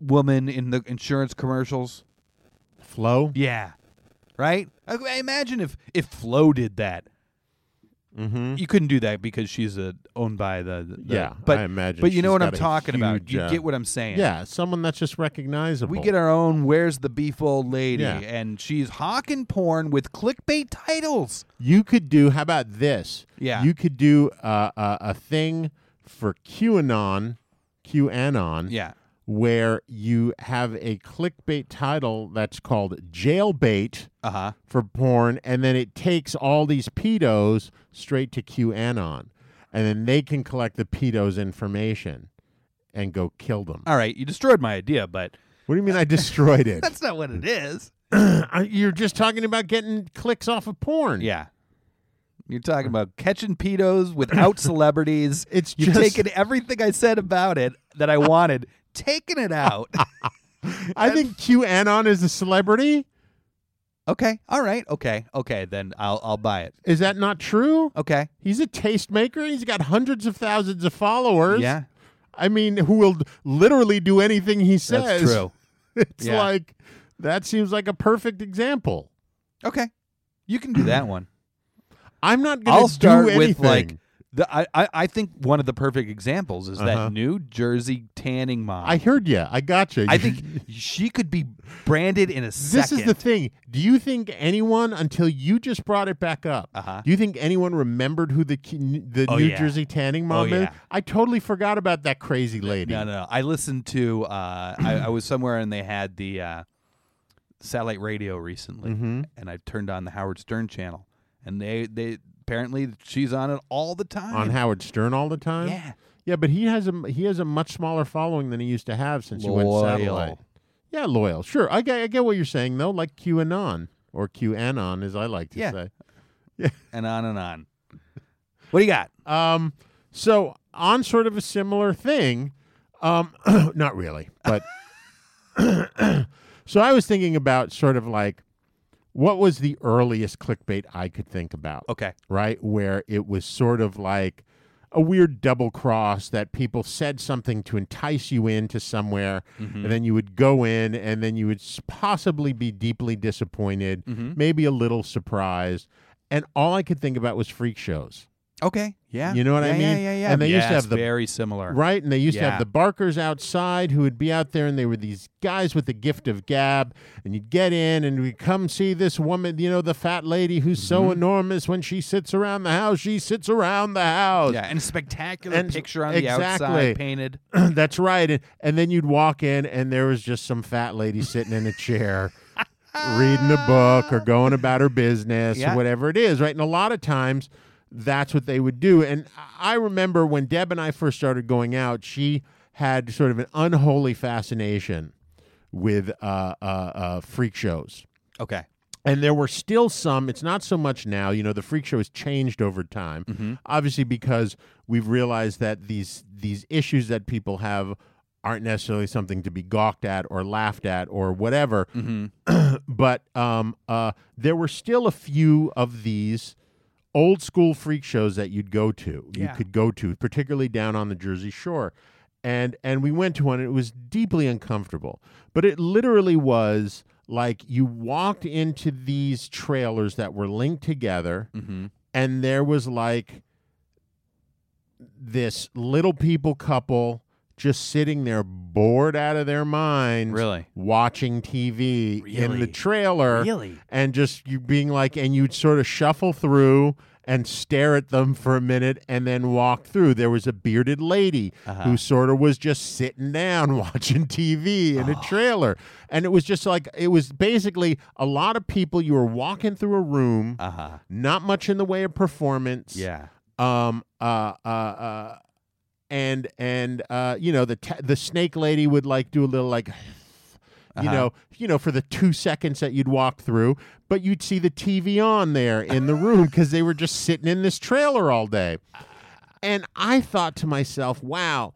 S7: woman in the insurance commercials?
S6: Flow.
S7: Yeah. Right? I, I imagine if if Flo did that.
S6: Mm-hmm.
S7: You couldn't do that because she's uh, owned by the, the-
S6: Yeah,
S7: but
S6: I imagine
S7: but you know
S6: she's
S7: what
S6: got
S7: I'm
S6: a
S7: talking about.
S6: huge,
S7: You
S6: uh,
S7: get what I'm saying.
S6: Yeah, someone that's just recognizable.
S7: We get our own where's the beef old lady
S6: Yeah.
S7: and she's hawking porn with clickbait titles.
S6: You could do. How about this?
S7: Yeah.
S6: You could do uh, a, a thing for QAnon, QAnon.
S7: Yeah.
S6: Where you have a clickbait title that's called jailbait
S7: Uh-huh.
S6: for porn, and then it takes all these pedos straight to QAnon, and then they can collect the pedos' information and go kill them.
S7: All right, you destroyed my idea, but
S6: What do you mean I destroyed it?
S7: that's not what it is.
S6: I- You're just talking about getting clicks off of porn.
S7: Yeah. You're talking about catching pedos without celebrities.
S6: It's
S7: You've
S6: just-
S7: taken everything I said about it that I wanted, taking it out.
S6: I think QAnon is a celebrity.
S7: okay. All right. Okay. Okay. Then I'll I'll buy it.
S6: Is that not true?
S7: Okay.
S6: He's a tastemaker. He's got hundreds of thousands of followers.
S7: Yeah.
S6: I mean, who will literally do anything he says.
S7: That's true.
S6: It's
S7: Yeah.
S6: like, that seems like a perfect example.
S7: Okay. You can do that one.
S6: I'm not going
S7: I'll
S6: to
S7: start
S6: do
S7: with
S6: anything.
S7: like the I, I I think one of the perfect examples is
S6: Uh-huh.
S7: that New Jersey tanning mom.
S6: I heard you. I got you.
S7: I think she could be branded in a
S6: This
S7: second.
S6: is the thing. Do you think anyone, until you just brought it back up,
S7: Uh-huh.
S6: do you think anyone remembered who the ki- the
S7: Oh,
S6: New
S7: yeah.
S6: Jersey tanning mom is?
S7: yeah.
S6: I totally forgot about that crazy lady.
S7: No, no, no. I listened to. Uh, I, I was somewhere and they had the uh, satellite radio recently,
S6: Mm-hmm.
S7: and I turned on the Howard Stern channel, and they they apparently she's on it all the time.
S6: On Howard Stern all the time.
S7: Yeah.
S6: yeah, but he has a he has a much smaller following than he used to have since he
S7: Loyal.
S6: went satellite. Yeah, loyal. Sure, I get, I get what you're saying though. Like QAnon or QAnon, as I like to
S7: Yeah.
S6: say.
S7: and on and on. What do you got?
S6: Um, so on sort of a similar thing, um, not really, but so I was thinking about sort of like what was the earliest clickbait I could think about,
S7: Okay.
S6: right? Where it was sort of like a weird double cross that people said something to entice you into somewhere, and then you would go in, and then you would s- possibly be deeply disappointed, maybe a little surprised. And all I could think about was freak shows.
S7: Okay. Yeah.
S6: You know what I
S7: Yeah, yeah,
S6: mean?
S7: Yeah, yeah.
S6: And they used
S7: yes,
S6: to have the-
S7: very similar.
S6: Right, and they used to
S7: Yeah.
S6: have the barkers outside who would be out there, and they were these guys with the gift of gab. And you'd get in, and we'd come see this woman, you know, the fat lady who's so
S7: Mm-hmm.
S6: enormous. When she sits around the house, she sits around the house.
S7: Yeah, and a spectacular
S6: And-
S7: picture on the
S6: exactly.
S7: outside painted.
S6: That's right. And, and then you'd walk in, and there was just some fat lady sitting in a chair. reading a book or going about her business
S7: Yeah.
S6: or whatever it is, right? And a lot of times that's what they would do. And I I remember when Deb and I first started going out, she had sort of an unholy fascination with uh, uh, uh, freak shows.
S7: Okay.
S6: And there were still some, it's not so much now, you know, the freak show has changed over time. Obviously because we've realized that these these issues that people have aren't necessarily something to be gawked at or laughed at or whatever but um, uh, there were still a few of these old school freak shows that you'd go to.
S7: Yeah.
S6: You could go to, particularly down on the Jersey Shore, and and we went to one. and it was deeply uncomfortable, but it literally was like you walked into these trailers that were linked together,
S7: Mm-hmm.
S6: and there was like this little people couple just sitting there bored out of their minds
S7: Really?
S6: watching TV in the
S7: Really?
S6: trailer
S7: Really?
S6: and just you being like and you'd sort of shuffle through and stare at them for a minute and then walk through there was a bearded lady who sort of was just sitting down watching TV in a trailer and it was just like it was basically a lot of people you were walking through a room
S7: Uh huh.
S6: not much in the way of performance
S7: Yeah.
S6: um uh uh uh and and uh you know the ta the snake lady would like do a little like you know you know for the 2 seconds that you'd walk through but you'd see the TV on there in the room cuz they were just sitting in this trailer all day and i thought to myself wow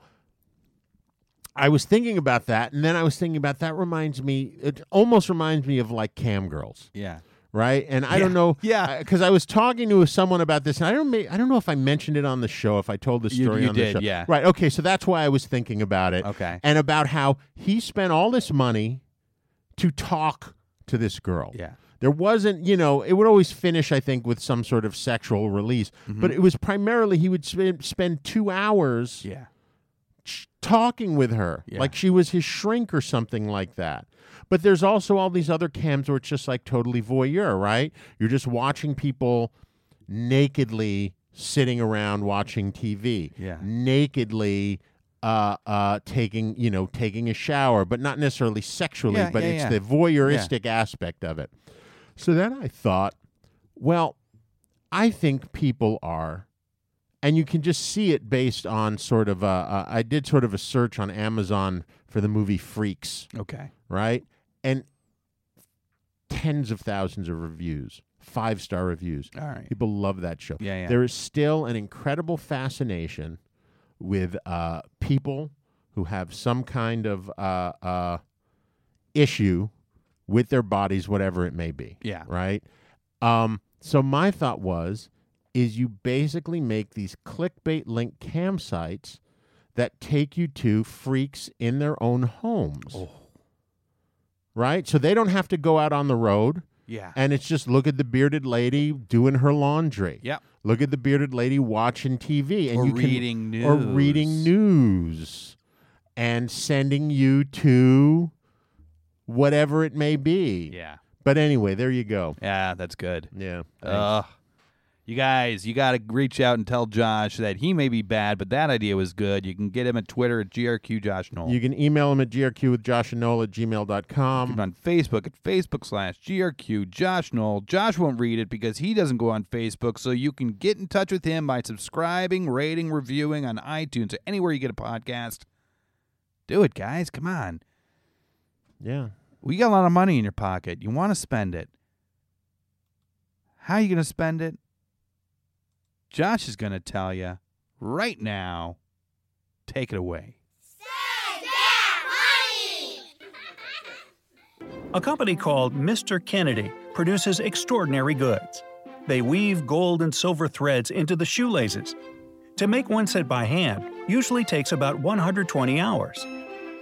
S6: I was thinking about that, and then I was thinking about that reminds me, it almost reminds me of like cam girls
S7: Yeah.
S6: right? And I don't know,
S7: Yeah.
S6: because I was talking to someone about this, and I don't, ma- I don't know if I mentioned it on the show, if I told the
S7: You-
S6: story
S7: you
S6: on
S7: did,
S6: the show,
S7: yeah.
S6: right? Okay, so that's why I was thinking about it,
S7: Okay.
S6: and about how he spent all this money to talk to this girl,
S7: Yeah.
S6: There wasn't, you know, it would always finish, I think, with some sort of sexual release,
S7: Mm-hmm.
S6: but it was primarily he would sp- spend two hours
S7: Yeah.
S6: ch- talking with her
S7: Yeah.
S6: like she was his shrink or something like that but there's also all these other cams where it's just like totally voyeur right you're just watching people nakedly sitting around watching tv
S7: Yeah.
S6: nakedly uh, uh, taking you know taking a shower but not necessarily sexually
S7: Yeah,
S6: but
S7: yeah,
S6: it's
S7: yeah.
S6: the voyeuristic aspect of it so then i thought well i think people are and you can just see it based on sort of a, a I did sort of a search on Amazon for the movie Freaks,
S7: Okay.
S6: right? And tens of thousands of reviews, five star reviews.
S7: All right.
S6: People love that show.
S7: Yeah, yeah.
S6: There is still an incredible fascination with uh, people who have some kind of uh, uh, issue with their bodies, whatever it may be.
S7: Yeah.
S6: Right. Um, so my thought was, is you basically make these clickbait link cam sites that take you to freaks
S7: Oh.
S6: in their own homes. Right. So they don't have to go out on the road.
S7: Yeah.
S6: And it's just look at the bearded lady doing her laundry.
S7: Yep.
S6: Look at the bearded lady watching TV and
S7: Or
S6: you can-
S7: reading
S6: or reading news and sending you to whatever it may be.
S7: Yeah.
S6: But anyway, there you go.
S7: Yeah, Uh, that's good.
S6: Yeah.
S7: Ugh. You guys, you got to reach out and tell Josh that he may be bad, but that idea was good. You can get him at Twitter at GRQ Josh Knoll.
S6: You can email him at grq with Josh and Noel at gmail.com.
S7: on Facebook at Facebook slash GRQ Josh Knoll. Josh won't read it because he doesn't go on Facebook, so you can get in touch with him by subscribing, rating, reviewing on iTunes or anywhere you get a podcast. Do it, guys. Come on.
S6: Yeah.
S7: We got a lot of money in your pocket. You want to spend it. How are you going to spend it? Josh is going to tell you right now. Take it away.
S10: A company called Mr. Kennedy produces extraordinary goods. They weave gold and silver threads into the shoelaces. To make one set by hand usually takes about 120 hours.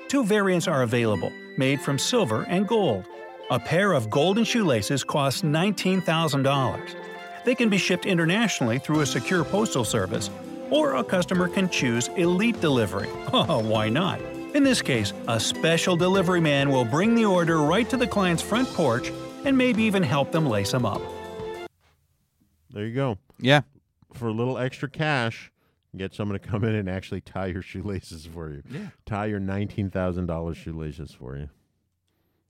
S10: Two variants are available, made from silver and gold. A pair of golden shoelaces costs $19,000. They can be shipped internationally through a secure postal service, or a customer can choose Elite Delivery. Oh, why not? In this case, a special delivery man will bring the order right to the client's front porch and maybe even help them lace them up.
S6: There you go.
S7: Yeah.
S6: For a little extra cash, get someone to come in and actually tie your shoelaces for you. Yeah. Tie your $19,000 shoelaces for you.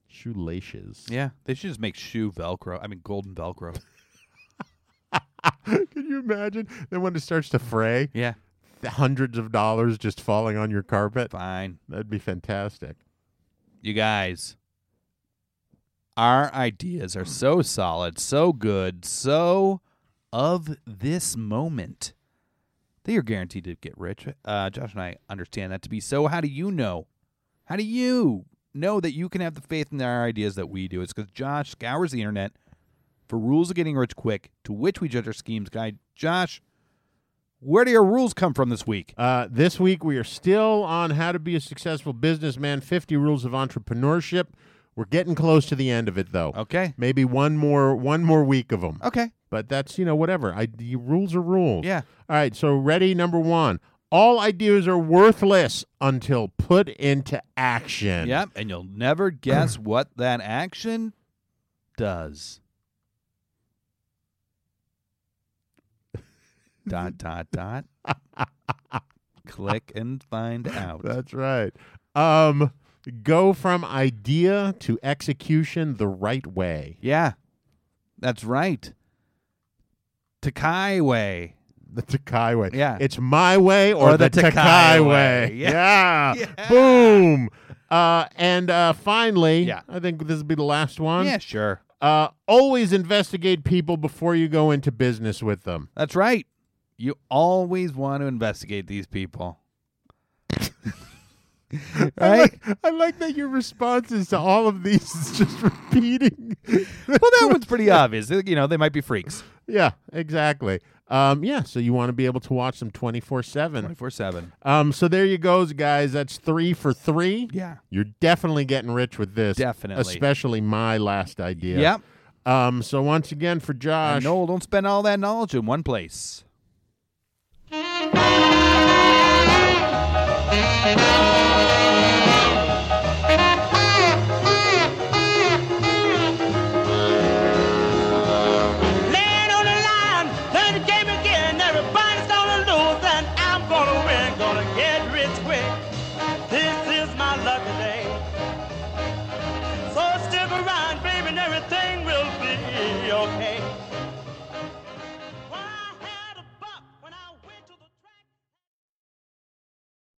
S6: Shoelaces.
S7: Yeah. They should just make shoe Velcro. I mean, golden Velcro.
S6: Can you imagine? Then when it starts to fray,
S7: Yeah.
S6: the hundreds of dollars just falling on your carpet.
S7: Fine.
S6: That'd be fantastic.
S7: You guys, our ideas are so solid, so good, so of this moment. They are guaranteed to get rich. Uh, Josh and I understand that to be so. How do you know? How do you know that you can have the faith in our ideas that we do? It's because Josh scours the internet for rules of getting rich quick, to which we judge our schemes. Guy, Josh, where do your rules come from this week?
S6: Uh, this week, we are still on how to be a successful businessman 50 rules of entrepreneurship. We're getting close to the end of it, though.
S7: Okay.
S6: Maybe one more one more week of them.
S7: Okay.
S6: But that's, you know, whatever. I, the rules are rules.
S7: Yeah.
S6: All right. So, ready, number one. All ideas are worthless until put into action.
S7: Yep, and you'll never guess what that action does. dot dot dot. Click and find out.
S6: That's right. Um, go from idea to execution the right way.
S7: yeah, that's right. Takai way.
S6: The Takai way.
S7: Yeah.
S6: It's my way or,
S7: Or
S6: the,
S7: the
S6: Takai,
S7: Takai
S6: way.
S7: way.
S6: Yeah.
S7: Yeah.
S6: Boom. Uh, and uh, finally,
S7: Yeah.
S6: I think this will be the last one.
S7: yeah, sure.
S6: Uh, always investigate people before you go into business with them.
S7: That's right. You always want to investigate these people.
S6: I,
S7: right?
S6: like, I like that your responses to all of these is just repeating.
S7: Well, that one's pretty obvious. You know, they might be freaks.
S6: yeah, exactly. Um, yeah, so you want to be able to watch them 24 7.
S7: 24 7.
S6: Um, so there you goes, guys. That's three for three.
S7: Yeah.
S6: You're definitely getting rich with this.
S7: Definitely.
S6: Especially my last idea.
S7: Yep.
S6: Um, so once again for Josh.
S7: And Noel, don't spend all that knowledge in one place.